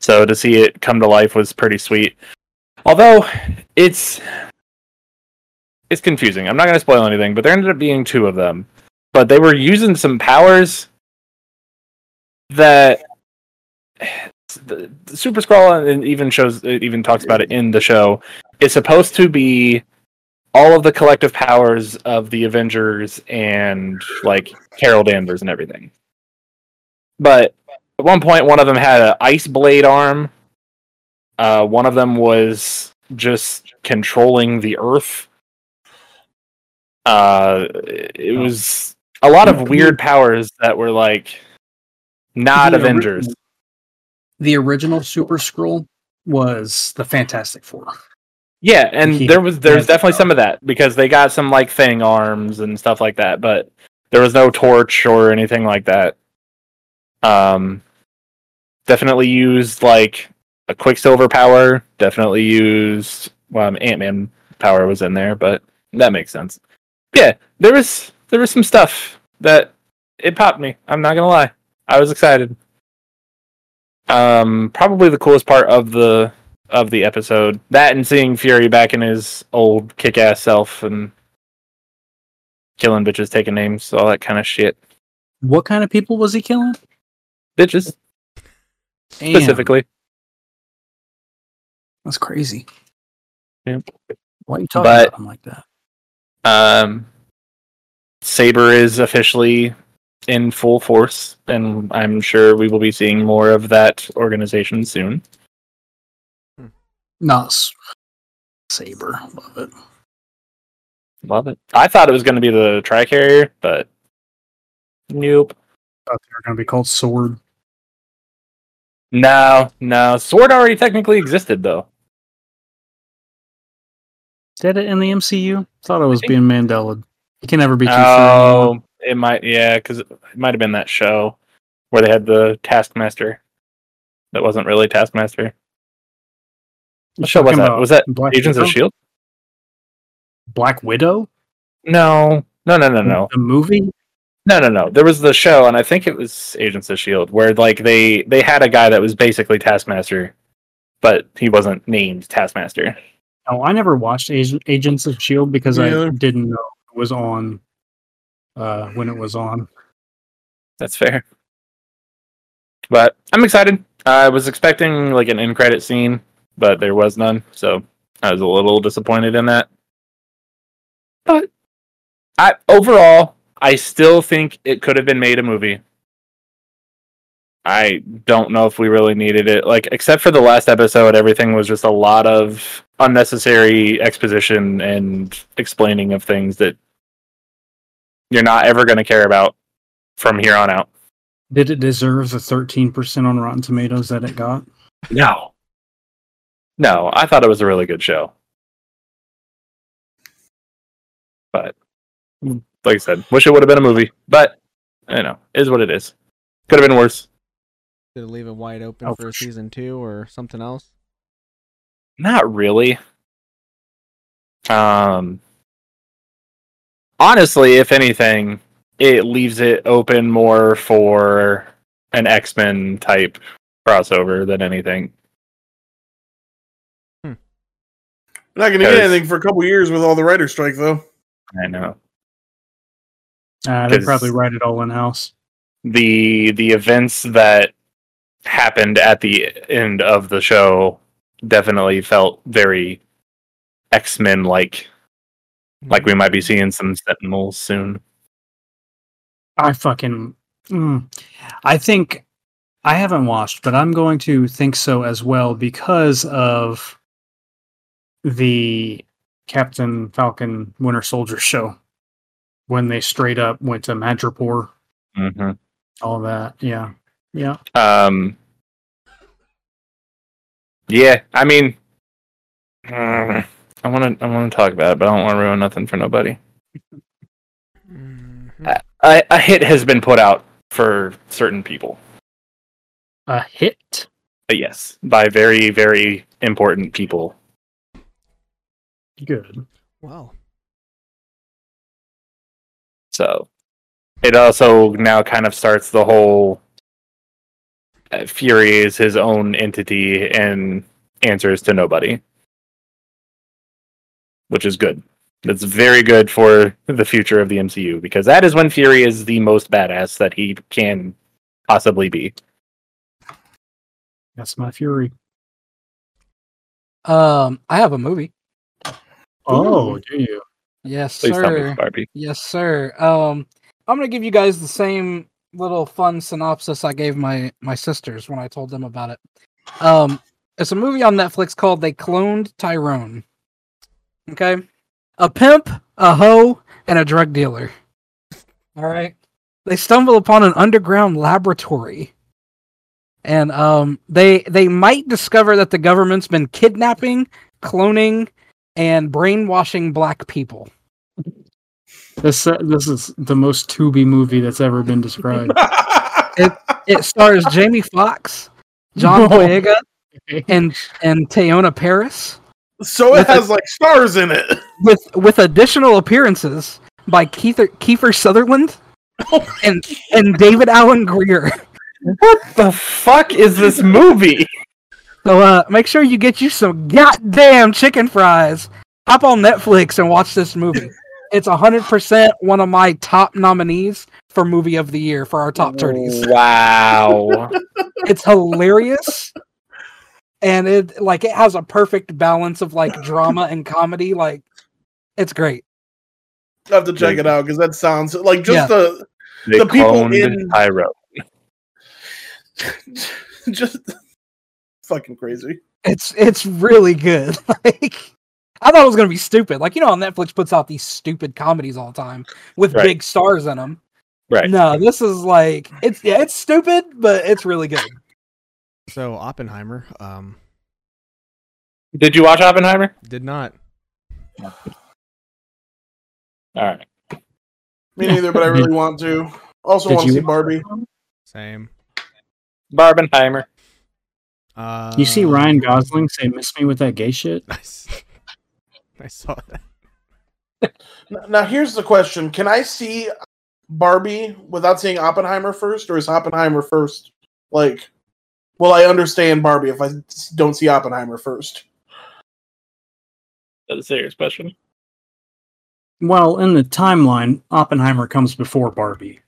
So to see it come to life was pretty sweet. Although it's it's confusing. I'm not going to spoil anything, but there ended up being two of them. But they were using some powers that the, the Super Scroll and even shows it even talks about it in the show is supposed to be all of the collective powers of the Avengers and like Carol Danvers and everything. But at one point, one of them had an ice blade arm. Uh, one of them was just controlling the Earth. Uh, it was a lot of weird powers that were like not Yeah, Avengers. The original Super Scroll was the Fantastic Four. Yeah, and He- there was there's yeah. definitely some of that because they got some like thing arms and stuff like that, but there was no torch or anything like that. Um definitely used like a quicksilver power, definitely used well um, Ant-Man power was in there, but that makes sense. Yeah, there was there was some stuff that it popped me. I'm not going to lie. I was excited. Um probably the coolest part of the of the episode. That and seeing Fury back in his old kick ass self and killing bitches, taking names, all that kind of shit. What kind of people was he killing? Bitches, Damn, specifically. That's crazy. Yeah. Why are you talking But- about him like that? Um, Saber is officially in full force, and I'm sure we will be seeing more of that organization soon. Not s- Saber. Love it. Love it. I thought it was going to be the Tricarrier, but nope. Thought they were going to be called Sword. No, no. Sword already technically existed, though. Did it in the MCU? Thought it was being Mandela. You can never be too sure. anymore. Oh, it might, yeah, because it might have been that show where they had the Taskmaster. That wasn't really Taskmaster. What show was Talking that? about Was that Black Agents of Widow? Shield? Black Widow? No, no, no, no, no, The movie? no, no, no. There was the show, and I think it was Agents of Shield, E where like they they had a guy that was basically Taskmaster, but he wasn't named Taskmaster. No, I never watched Agent, Agents of S.H.I.E.L.D. because Me I either. didn't know it was on uh, when it was on. That's fair. But I'm excited. I was expecting like an end credit scene, but there was none, so I was a little disappointed in that. But I overall, I still think it could have been made a movie. I don't know if we really needed it. Like except for the last episode, everything was just a lot of unnecessary exposition and explaining of things that you're not ever going to care about from here on out. Did it deserve the 13% on Rotten Tomatoes that it got? No. No, I thought it was a really good show. But like I said, wish it would have been a movie. But you know, is what it is. Could have been worse. Did it leave it wide open Oh, for for sure. season two or something else? Not really. Um Honestly, if anything, it leaves it open more for an X-Men type crossover than anything. We're not going to get Because- anything for a couple years with all the writer strike, though. I know. Uh, they 'Cause- probably write it all in house. the the events that happened at the end of the show definitely felt very X-Men like like we might be seeing some Sentinels soon. I fucking. Mm. I think I haven't watched, but I'm going to think so as well because of the Captain Falcon Winter Soldier show when they straight up went to Madripoor, Mm-hmm. all that. Yeah. Yeah. Um Yeah, I mean mm, I want to I want to talk about it, but I don't want to ruin nothing for nobody. Mhm. Uh, A, a hit has been put out for certain people. A hit. But yes, by very very important people. Good. Wow. So it also now kind of starts the whole uh, Fury is his own entity and answers to nobody, which is good. That's very good for the future of the MCU because that is when Fury is the most badass that he can possibly be. That's my fury. Um, I have a movie. Oh, do you? Yes, Please tell me, sir. it's Barbie. Yes, sir. Um, I'm gonna give you guys the same little fun synopsis I gave my my sisters when I told them about it. Um, it's a movie on Netflix called "They Cloned Tyrone." Okay, a pimp, a hoe, and a drug dealer. All right, they stumble upon an underground laboratory, and um, they they might discover that the government's been kidnapping, cloning, and brainwashing black people. This uh, this is the most Tubi movie that's ever been described. It stars Jamie Foxx, John No. Boyega, and and Tayona Paris, so it has like stars in it. with with additional appearances by Keith Kiefer Sutherland and and David Allen Greer. What the fuck is this movie? So uh, make sure you get you some goddamn chicken fries. Hop on Netflix and watch this movie. It's hundred percent one of my top nominees for movie of the year for our top thirties. Wow. it's hilarious and it like it has a perfect balance of like drama and comedy like it's great I have to check it out because that sounds like just the They The people cloned in- Tyro. just fucking crazy. it's it's really good like i thought it was going to be stupid like you know how netflix puts out these stupid comedies all the time with Right. big stars in them Right. no this is like it's yeah it's stupid but it's really good So Oppenheimer, um, Did you watch Oppenheimer? did not. All right. Me neither, but I really want to. Also Did want to you- see Barbie. Same. Barbenheimer. Uh, you see Ryan Gosling say "Miss me with that gay shit." I, s- I saw that. N- Now here's the question: Can I see Barbie without seeing Oppenheimer first, or is Oppenheimer first? Like, will I understand Barbie if I s- don't see Oppenheimer first? That's a serious question. Well, in the timeline, Oppenheimer comes before Barbie.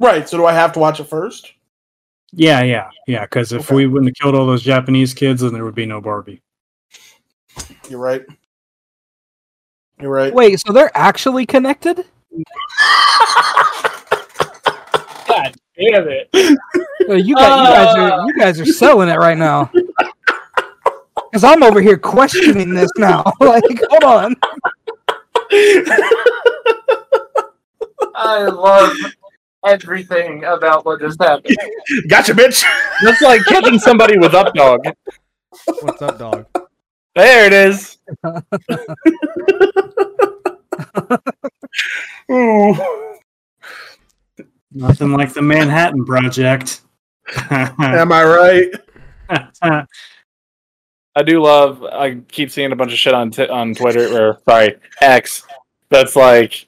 Right. So do I have to watch it first? Yeah, yeah, yeah. Because if Okay. we wouldn't have killed all those Japanese kids, then there would be no Barbie. You're right. You're right. wait so they're actually connected God damn it. Uh, you, guys, you guys are you guys are selling it right now because i'm over here questioning this now like hold on I love everything about what just happened. Gotcha, bitch. That's like catching somebody with updog. What's up, dog? There it is. Nothing like the Manhattan Project. Am I right? I do love. I keep seeing a bunch of shit on t- on Twitter or sorry X. That's like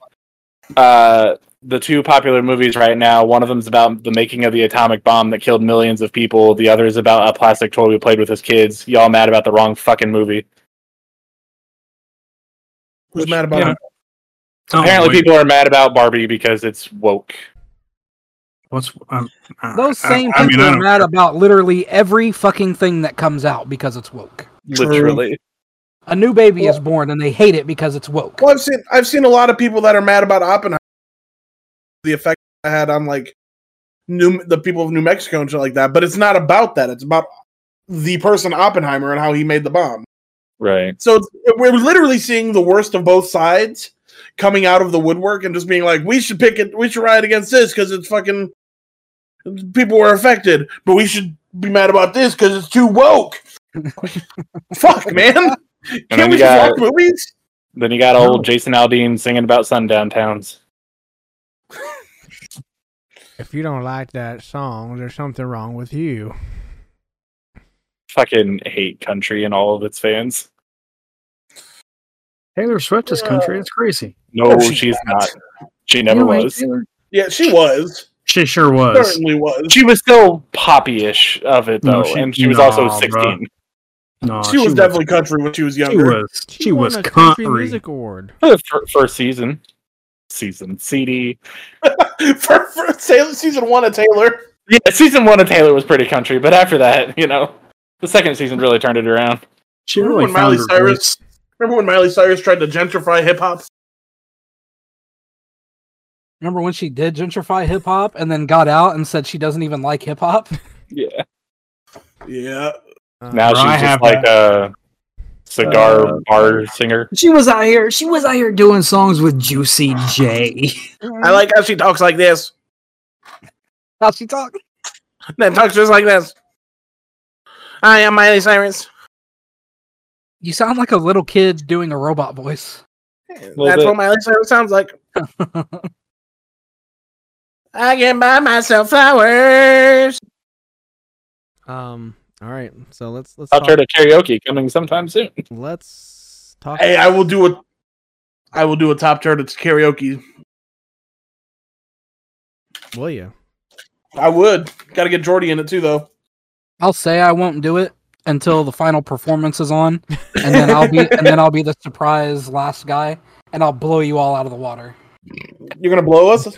uh, the two popular movies right now. One of them's about the making of the atomic bomb that killed millions of people. The other is about a plastic toy we played with as kids. Y'all mad about the wrong fucking movie? Who's mad about Yeah. it? Apparently, Oh, wait, people are mad about Barbie because it's woke. What's um, uh, Those I- same I mean, people I are don't- mad about literally every fucking thing that comes out because it's woke. Literally, A new baby is born and they hate it because it's woke. Well, I've seen I've seen a lot of people that are mad about Oppenheimer. The effect I had on like New the people of New Mexico and shit like that. But it's not about that. It's about the person Oppenheimer and how he made the bomb. right? So it's, we're literally seeing the worst of both sides coming out of the woodwork and just being like, we should pick it, we should riot against this because it's fucking people were affected, but we should be mad about this because it's too woke. Fuck, man. then Can't we you just got- watch movies? Then you got old Jason Aldean singing about sundown towns. If you don't like that song, there's something wrong with you. Fucking hate country and all of its fans. Taylor Swift is country. It's crazy. No, No, she she's not. She never You ain't was. Taylor. Yeah, she was. She sure was. Certainly was. She was still poppy-ish of it though, No, she- and she was no, also bruh. sixteen. No, she, was definitely country when she was She younger. was. She was won a country country. music award. For the fir- first season, season CD. for, for Taylor, season one of Taylor. Yeah, season one of Taylor was pretty country, but after that, you know, the second season really turned it around. She Remember really when Miley found her Cyrus- voice. Remember when Miley Cyrus tried to gentrify hip hop? Remember when she did gentrify hip hop and then got out and said she doesn't even like hip hop? Yeah. Yeah. Uh, Now I she's have just like a cigar Uh, bar singer. She was out here. She was out here doing songs with Juicy J. I like how she talks like this. How she talk? Then talks just like this. I am Miley Cyrus. You sound like a little kid doing a robot voice. That's what Miley Cyrus sounds like. I can buy myself flowers. Um. All right. So let's let's I'll talk, try to karaoke coming sometime soon. let's talk. Hey, I will do a I will do a top turn it's karaoke. Will you? I would. Gotta get Jordy in it too though. I'll say I won't do it until the final performance is on, and then I'll be and then I'll be the surprise last guy, and I'll blow you all out of the water. You're gonna blow us?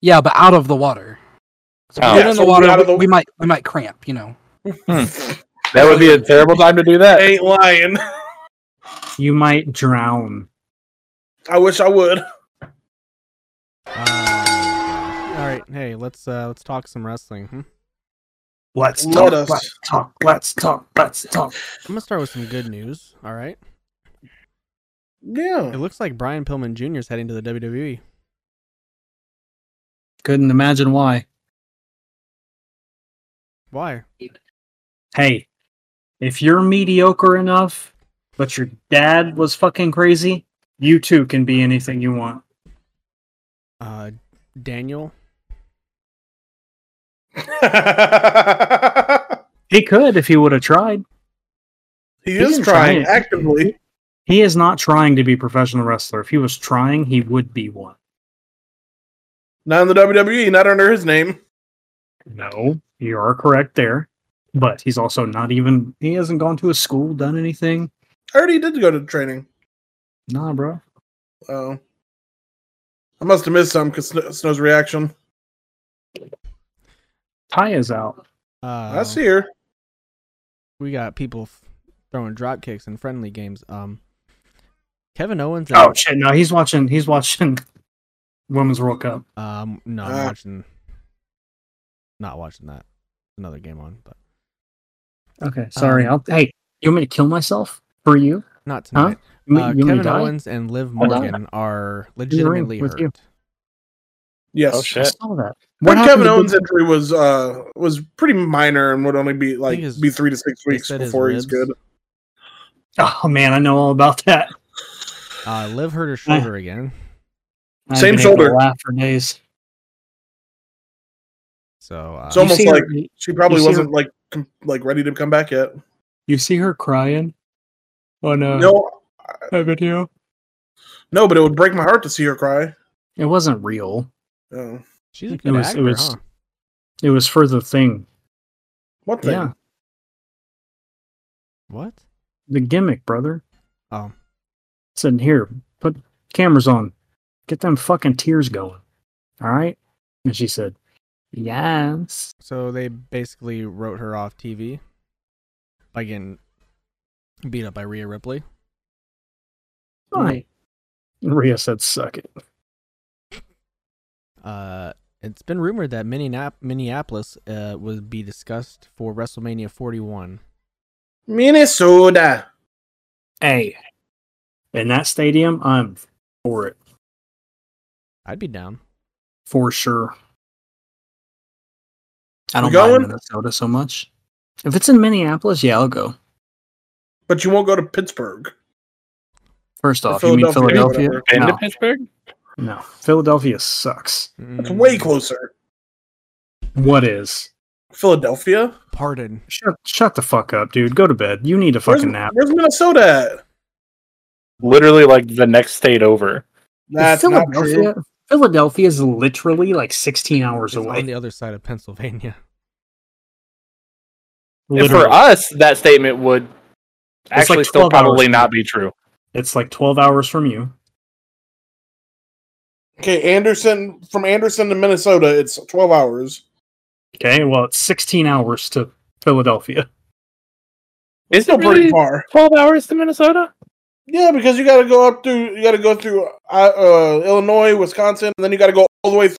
Yeah, but out of the water. So if Oh. we get Yeah, in so the we'll be water, out of we- the- we might we might cramp. You know. That would be a terrible time to do I that. ain't lying. You might drown. I wish I would. Uh, all right. Hey, let's uh let's talk some wrestling. Hmm? Let's Let us. talk. Let's talk. Let's talk. I'm gonna start with some good news. All right. It Yeah. looks like Brian Pillman Jr. is heading to the E. WWE. Couldn't imagine why. Why? Hey, if you're mediocre enough, but your dad was fucking crazy, you too can be anything you want. Uh, Daniel. He could if he would have tried. he He is can try trying it. actively. He is not trying to be a professional wrestler. If he was trying, he would be one. Not in the WWE, not under his name. No, you are correct there. But he's also not even, he hasn't gone to a school, done anything. I already did go to training. Nah, bro. Oh. I must have missed some because Snow's reaction. Ty is out. Oh. Uh, That's here. We got people f- throwing drop kicks in friendly games. Um, Kevin Owens. Oh, and- shit. No, he's watching, he's watching Women's World Cup. Um, no, I'm Ah. watching. Not watching that. Another game on, but Okay, sorry. Um, I'll, hey, you want me to kill myself for you? not Huh? tonight. You, Uh, want me- you want me to Kevin die? Owens and Liv Hold on. Morgan are the ring legitimately with you. hurt. Yes. Oh I shit. saw that. But happened Kevin to Big- Owens' injury was uh was pretty minor and would only be like his- be three to six they weeks said his before ribs. he's good. Oh man, I know all about that. Uh, Liv hurt Ah. her shoulder again, I've Same been able to shoulder. Laugh for days. so uh, So- almost you see like- her, She probably You see wasn't like com- like ready to come back yet. you see her crying on a, no, a Uh. video. no, but it would break my heart to see her cry. It wasn't real. Oh. she's a it good was- it actor, was- huh? It was for the thing. What thing? Yeah, What? the gimmick, brother. Oh, Sitting here, put cameras on. Get them fucking tears going. All right. And she said, "Yes." so they basically wrote her off TV by getting beat up by Rhea Ripley. Right. Rhea said, "Suck it." Uh, it's been rumored that Minneap- Minneapolis uh, would be discussed for WrestleMania 41. Minnesota. Hey, in that stadium, I'm for it I'd be down. for sure. I don't You mind going? Minnesota so much. If it's in Minneapolis, yeah, I'll go. But you won't go to Pittsburgh. First Or off, you mean Philadelphia, Philadelphia? Been to No, Pittsburgh? no, Philadelphia sucks. It's way Mm, closer. What is? Philadelphia? Pardon. Shut, shut the fuck up, dude. Go to bed. You need a Where's, fucking nap. where's Minnesota at? literally like the next state over. That's not true. Philadelphia. Philadelphia is literally like 16 hours It's away. on the other side of Pennsylvania. And Literally. for us, that statement would actually like still 12 hours. probably not be true. it's like 12 hours from you. Okay, Anderson from Anderson to Minnesota, it's twelve hours. Okay, well, it's 16 hours to Philadelphia. Is Still it pretty really far. twelve hours to Minnesota? Yeah, because you got to go up through, you got to go through uh, uh, Illinois, Wisconsin, and then you got to go all the way. Through.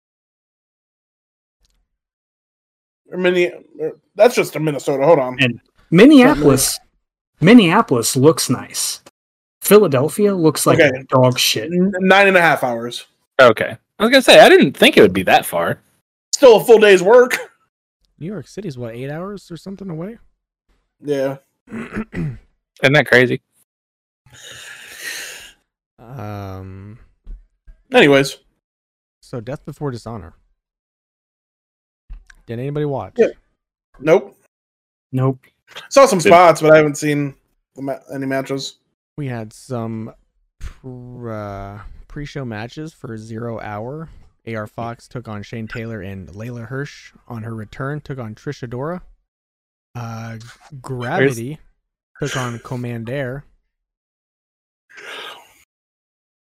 Or many, or- that's just to Minnesota. Hold on. And- Minneapolis, Minneapolis looks nice. Philadelphia looks like Okay. dog shit. N- Nine and a half hours. Okay. I was gonna say I didn't think it would be that far. Still a full day's work. New York City's what eight hours or something away. Yeah. Isn't that crazy? um. Anyways, So Death Before Dishonor. Did anybody watch? Yeah. nope. Nope. Saw some spots, but I haven't seen the ma- any matches. We had some pr- uh, pre-show matches for Zero Hour. AR Fox took on Shane Taylor and Layla Hirsch on her return took on Trisha Dora. Uh, Gravity took on Commander.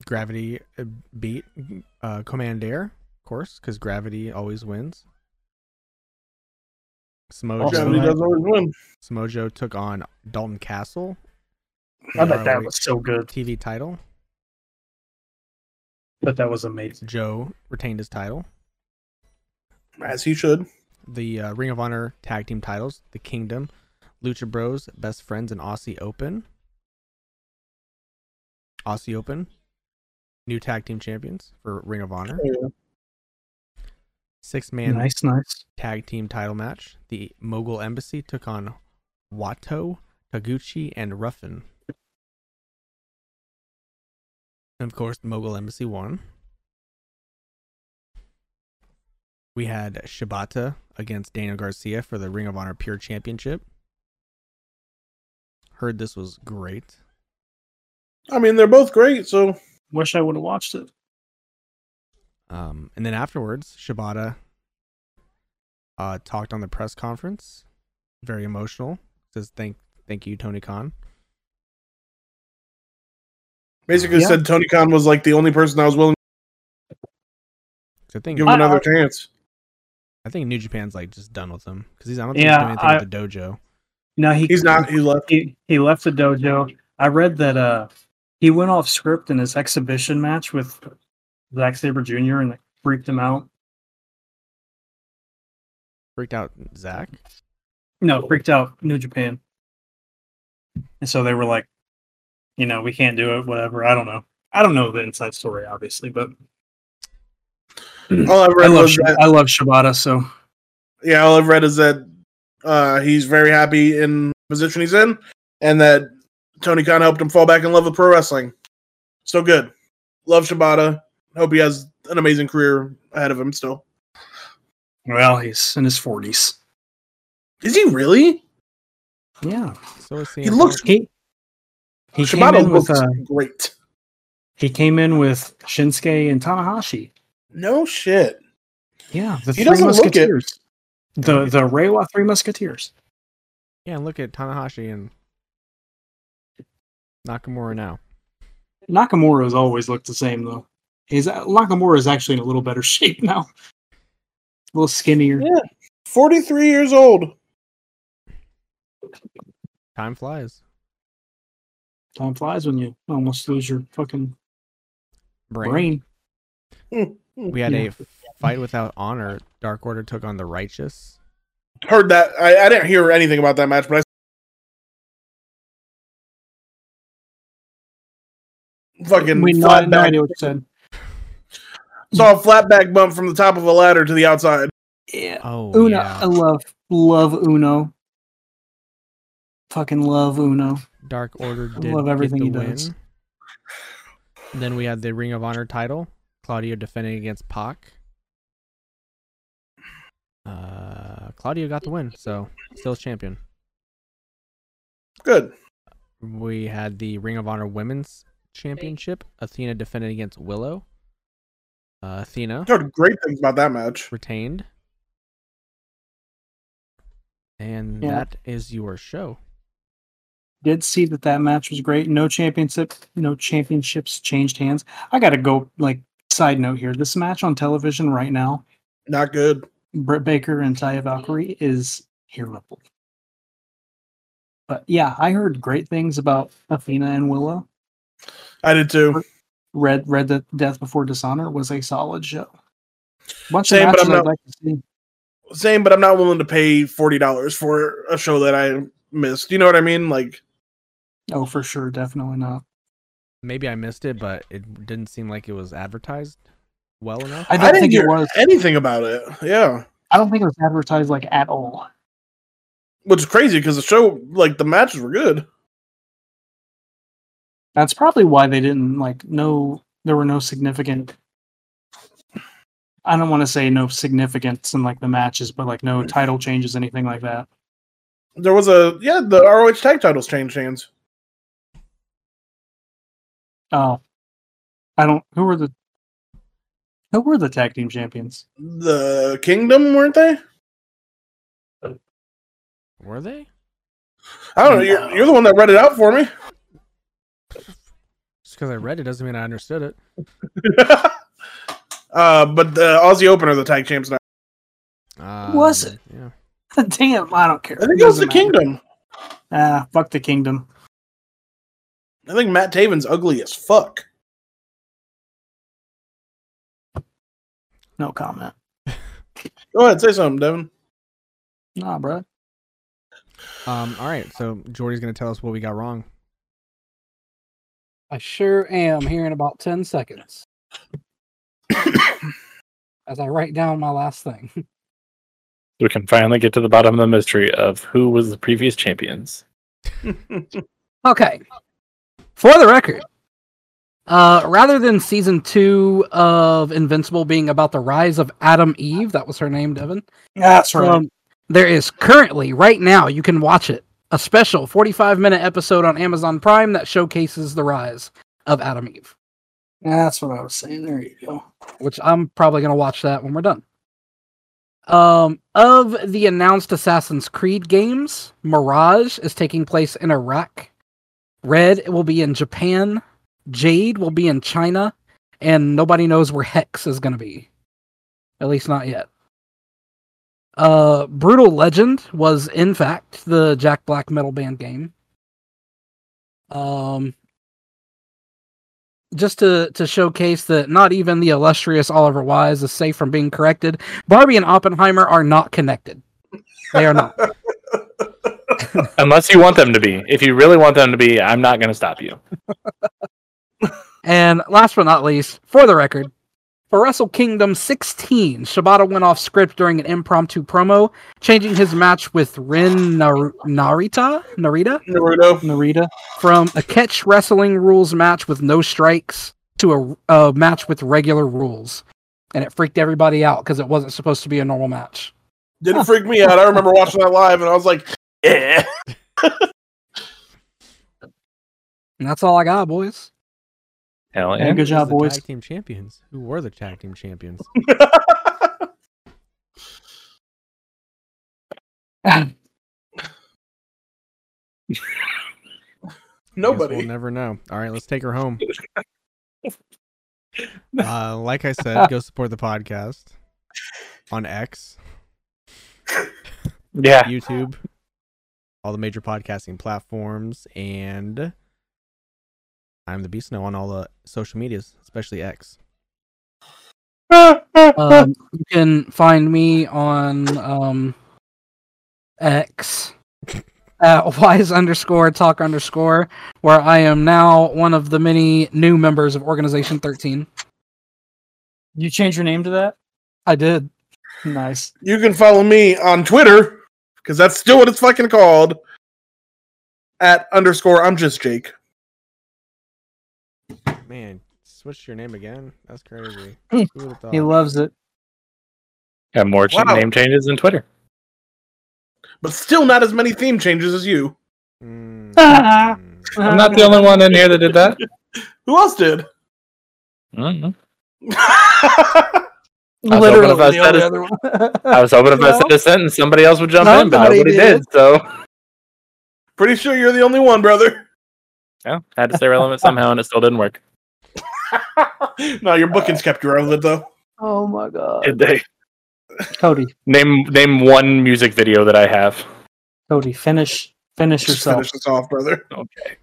Gravity uh, beat uh, Commander, of course, because Gravity always wins. Samoa Also Joe- Gravity not- does always win. Samojo took on Dalton Castle. Uh, I bet that ROH was so good. TV title. But that was amazing. Joe retained his title. As he should. The uh, Ring of Honor tag team titles, The Kingdom, Lucha Bros, Best Friends, and Aussie Open. Aussie Open, new tag team champions for Ring of Honor. Yeah. Six man Nice, nice. tag team title match. The Mogul Embassy took on Wato, Taguchi, and Ruffin. And of course, the Mogul Embassy won. We had Shibata against Daniel Garcia for the Ring of Honor Pure Championship. Heard this was great. I mean, they're both great. So Wish I would have watched it. Um, and then afterwards, Shibata uh, talked on the press conference, very emotional. Says thank thank you, Tony Khan. basically, Yeah. said Tony Khan was like the only person I was willing So I to think give him I- another I- chance. I think New Japan's like just done with him because he's I don't think Yeah, he's doing anything I- with the dojo. No, he He's not. He left. he, he left the dojo. I read that uh he went off script in his exhibition match with Zack Saber Jr. and like, freaked him out. Freaked out Zach. No, freaked out New Japan. And so they were like, you know, we can't do it, whatever. I don't know. I don't know the inside story, obviously, but All I've I read love was Shib- that. I love Shibata, so Yeah, all I've read is that uh, he's very happy in the position he's in, and that Tony Khan helped him fall back in love with pro wrestling. So good. Love Shibata. Hope he has an amazing career ahead of him still. well, he's in his forties. Is he really? Yeah, So is CM He looks. he he came Shibata in with looks uh, great. he came in with Shinsuke and Tanahashi. No shit. Yeah, the three He doesn't look it. musketeers. The the Reiwa three musketeers. Yeah, and look at Tanahashi and Nakamura now. Nakamura has always looked the same though. He's uh, Nakamura is actually in a little better shape now. A little skinnier. Yeah. Forty-three years old. Time flies. Time flies when you almost lose your fucking Brain. brain. We had Yeah. a fight without honor. Dark Order took on the Righteous. Heard that. I, I didn't hear anything about that match, but I. Fucking We no, flat no back idea what you said. Saw a flat back bump from the top of a ladder to the outside. Yeah. Oh Uno, I yeah. love love Uno. Fucking love Uno. Dark Order did love get everything the he win. does. Then we had the Ring of Honor title. Claudio defending against Pac. Uh, Claudio got the win, so still champion. Good. We had the Ring of Honor women's Championship. Athena defended against Willow. Uh, Athena I heard great things about that match. retained. And Yeah. that is your show. Did see that that match was great. No championship, no championships changed hands. I gotta go. Like side note here, this match on television right now, Not good. Britt Baker and Taya Valkyrie is terrible. But yeah, I heard great things about Athena and Willow. I did too. Read read that Death Before Dishonor was a solid show. Bunch Same, of but matches I'm I'd not- like to see. Same, but I'm not willing to pay forty dollars for a show that I missed. You know what I mean? Like, Oh, for sure, definitely not. Maybe I missed it, but it didn't seem like it was advertised well enough. I I don't didn't think hear it was. anything about it. Yeah, I don't think it was advertised like at all. which is crazy because the show, like the matches, were good. That's probably why they didn't like no there were no significant I don't want to say no significance in like the matches, but like no title changes, anything like that. There was a yeah, the ROH tag titles changed hands. Oh. I don't who were the who were the tag team champions? The Kingdom weren't they? Were they? I don't know. You're, you're the one that read it out for me. Just because I read it doesn't mean I understood it. uh, but the Aussie Open are the tag champs now. Was Um, it? Yeah. Damn, I don't care. I think it was the Doesn't matter. Kingdom. Ah, fuck the kingdom. I think Matt Taven's ugly as fuck. No comment. Go ahead, say something, Devin. Nah, bro. Um, all right. So Jordy's gonna tell us what we got wrong. I sure am here in about 10 seconds as I write down my last thing. We can finally get to the bottom of the mystery of who was the previous champions. Okay. For the record, uh, rather than season two of Invincible being about the rise of Adam Eve, that was her name, Devin. That's right. Um, there is currently, right now, you can watch it, a special 45 minute episode on Amazon Prime that showcases the rise of Adam Eve, That's what I was saying. There you go. which I'm probably going to watch that when we're done. Um, of the announced Assassin's Creed games, Mirage is taking place in Iraq, Red will be in Japan, Jade will be in China, and nobody knows where Hex is going to be. At least not yet. Uh, Brutal Legend was in fact the Jack Black metal band game. Um, just to to showcase that not even the illustrious Oliver Wise is safe from being corrected. Barbie and Oppenheimer are not connected. They are not. Unless you want them to be. If you really want them to be, I'm not going to stop you. And last but not least, for the record, for Wrestle Kingdom 16, Shibata went off script during an impromptu promo, changing his match with Rin Nar- Narita Narita Naruto. Narita. Oh, from a catch wrestling rules match with no strikes to a, a match with regular rules. And it freaked everybody out because it wasn't supposed to be a normal match. Didn't freak me out. I remember watching that live and I was like, "Eh." yeah. And that's all I got, boys. Hell Yeah, yeah. good Who's job, the boys. Tag team champions. Who were the tag team champions? Nobody. Guess we'll never know. All right, let's take her home. Uh, like I said, go support the podcast on X, Yeah. YouTube, all the major podcasting platforms, and I'm the Beast Now on all the social medias, especially X. Um, you can find me on um, X at wise underscore talk underscore, where I am now one of the many new members of Organization 13. You changed your name to that? I did. Nice. You can follow me on Twitter because that's still what it's fucking called. At underscore, I'm just Jake. Man, switch your name again? That's crazy. He- Who would've He Oh. thought? loves Hmm. it. Got more ch- Wow. name changes than Twitter. But still not as many theme changes as you. Mm, Ah. mm. I'm not the only one in here that did that. Who else did? Mhm. was hoping Literally, if I the said only it- other one. I was hoping if I No. said a sentence, somebody else would jump in, but Nobody nobody did. did. So Pretty sure you're the only one, brother. yeah, had to stay relevant somehow, and it still didn't work. no, your bookings kept you relevant though. oh my god, Did they Cody, name name one music video that I have? Cody, finish finish Just yourself. finish this off, brother. Okay.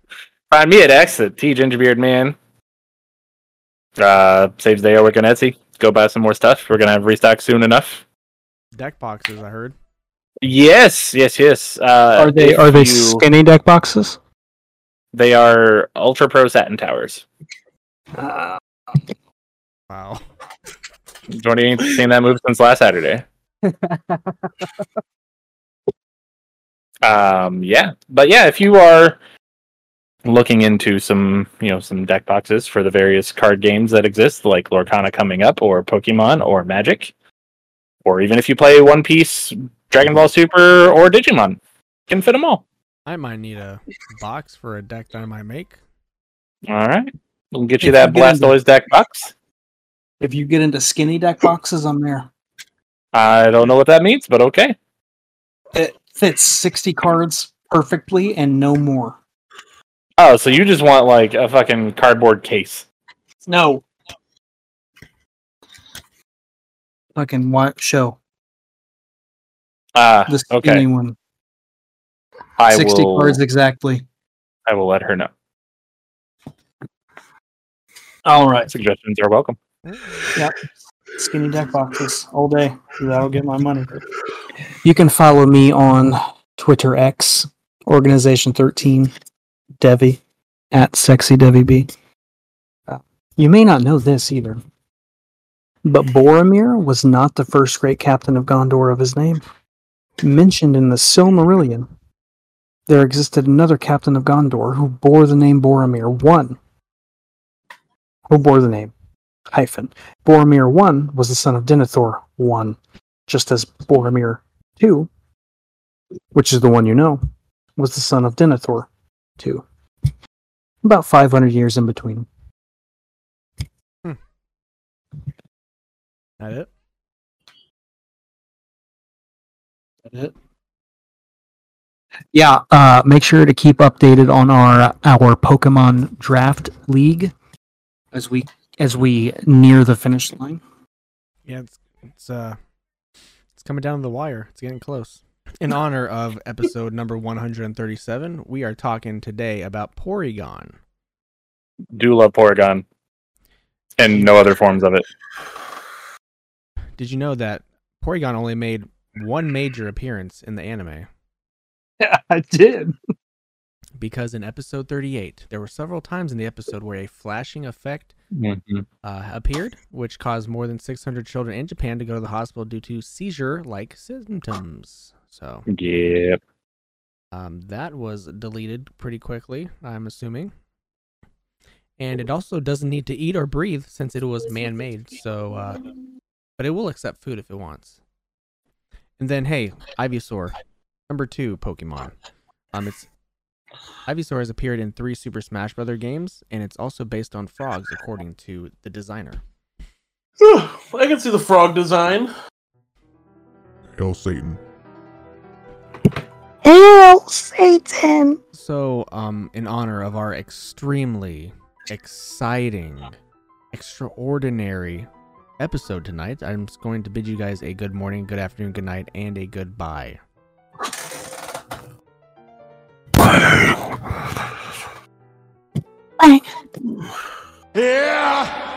Find me at Exit, T Gingerbeard Man. Uh saves day I work on Etsy. Go buy some more stuff. We're gonna have restock soon enough. Deck boxes, I heard. Yes, yes, yes. Uh Are they if are they you- skinny deck boxes? they are ultra pro satin towers. Wow. Jordan you ain't seen that move since last Saturday. um yeah. But yeah, if you are looking into some you know some deck boxes for the various card games that exist like lorcana coming up or pokemon or magic or even if you play one piece dragon ball super or digimon you can fit them all I might need a box for a deck that I might make. all right we'll get you If that you get 'em blastoise deck box If you get into skinny deck boxes, I'm there. i don't know what that means but okay It fits 60 cards perfectly and no more. oh so you just want like a fucking cardboard case No. Fucking what show? ah Uh, The skinny okay one. i 60 will cards exactly. i will let her know All right. suggestions are welcome Skinny deck boxes all day. That'll get my money. You can follow me on Twitter X, Organization 13, Devi, at Sexy Devi B. Uh, You may not know this either, but Boromir was not the first great captain of Gondor of his name. Mentioned in the Silmarillion, there existed another captain of Gondor who bore the name Boromir. One who bore the name hyphen Boromir 1 was the son of Denethor 1, just as Boromir 2, which is the one you know, was the son of Denethor 2. About 500 years in between. That it? Yeah, uh, make sure to keep updated on our our Pokemon Draft League as we as we near the finish line. Yeah, it's it's uh it's coming down to the wire. It's getting close. In honor of episode number 137, we are talking today about Porygon. do love Porygon and no other forms of it. Did you know that Porygon only made one major appearance in the anime? I did. Because in episode 38, there were several times in the episode where a flashing effect uh, appeared, which caused more than 600 children in Japan to go to the hospital due to seizure like symptoms. So Yep. um, that was deleted pretty quickly, I'm assuming. And it also doesn't need to eat or breathe since it was man made. So, uh, but it will accept food if it wants. And then, hey, Ivysaur, number two Pokemon. Um, it's Ivysaur has appeared in three Super Smash Brother games, and it's also based on frogs, according to the designer. I can see the frog design. Hail Satan. So, um, in honor of our extremely exciting, extraordinary episode tonight, I'm just going to bid you guys a good morning, good afternoon, good night, and a goodbye. Yeah!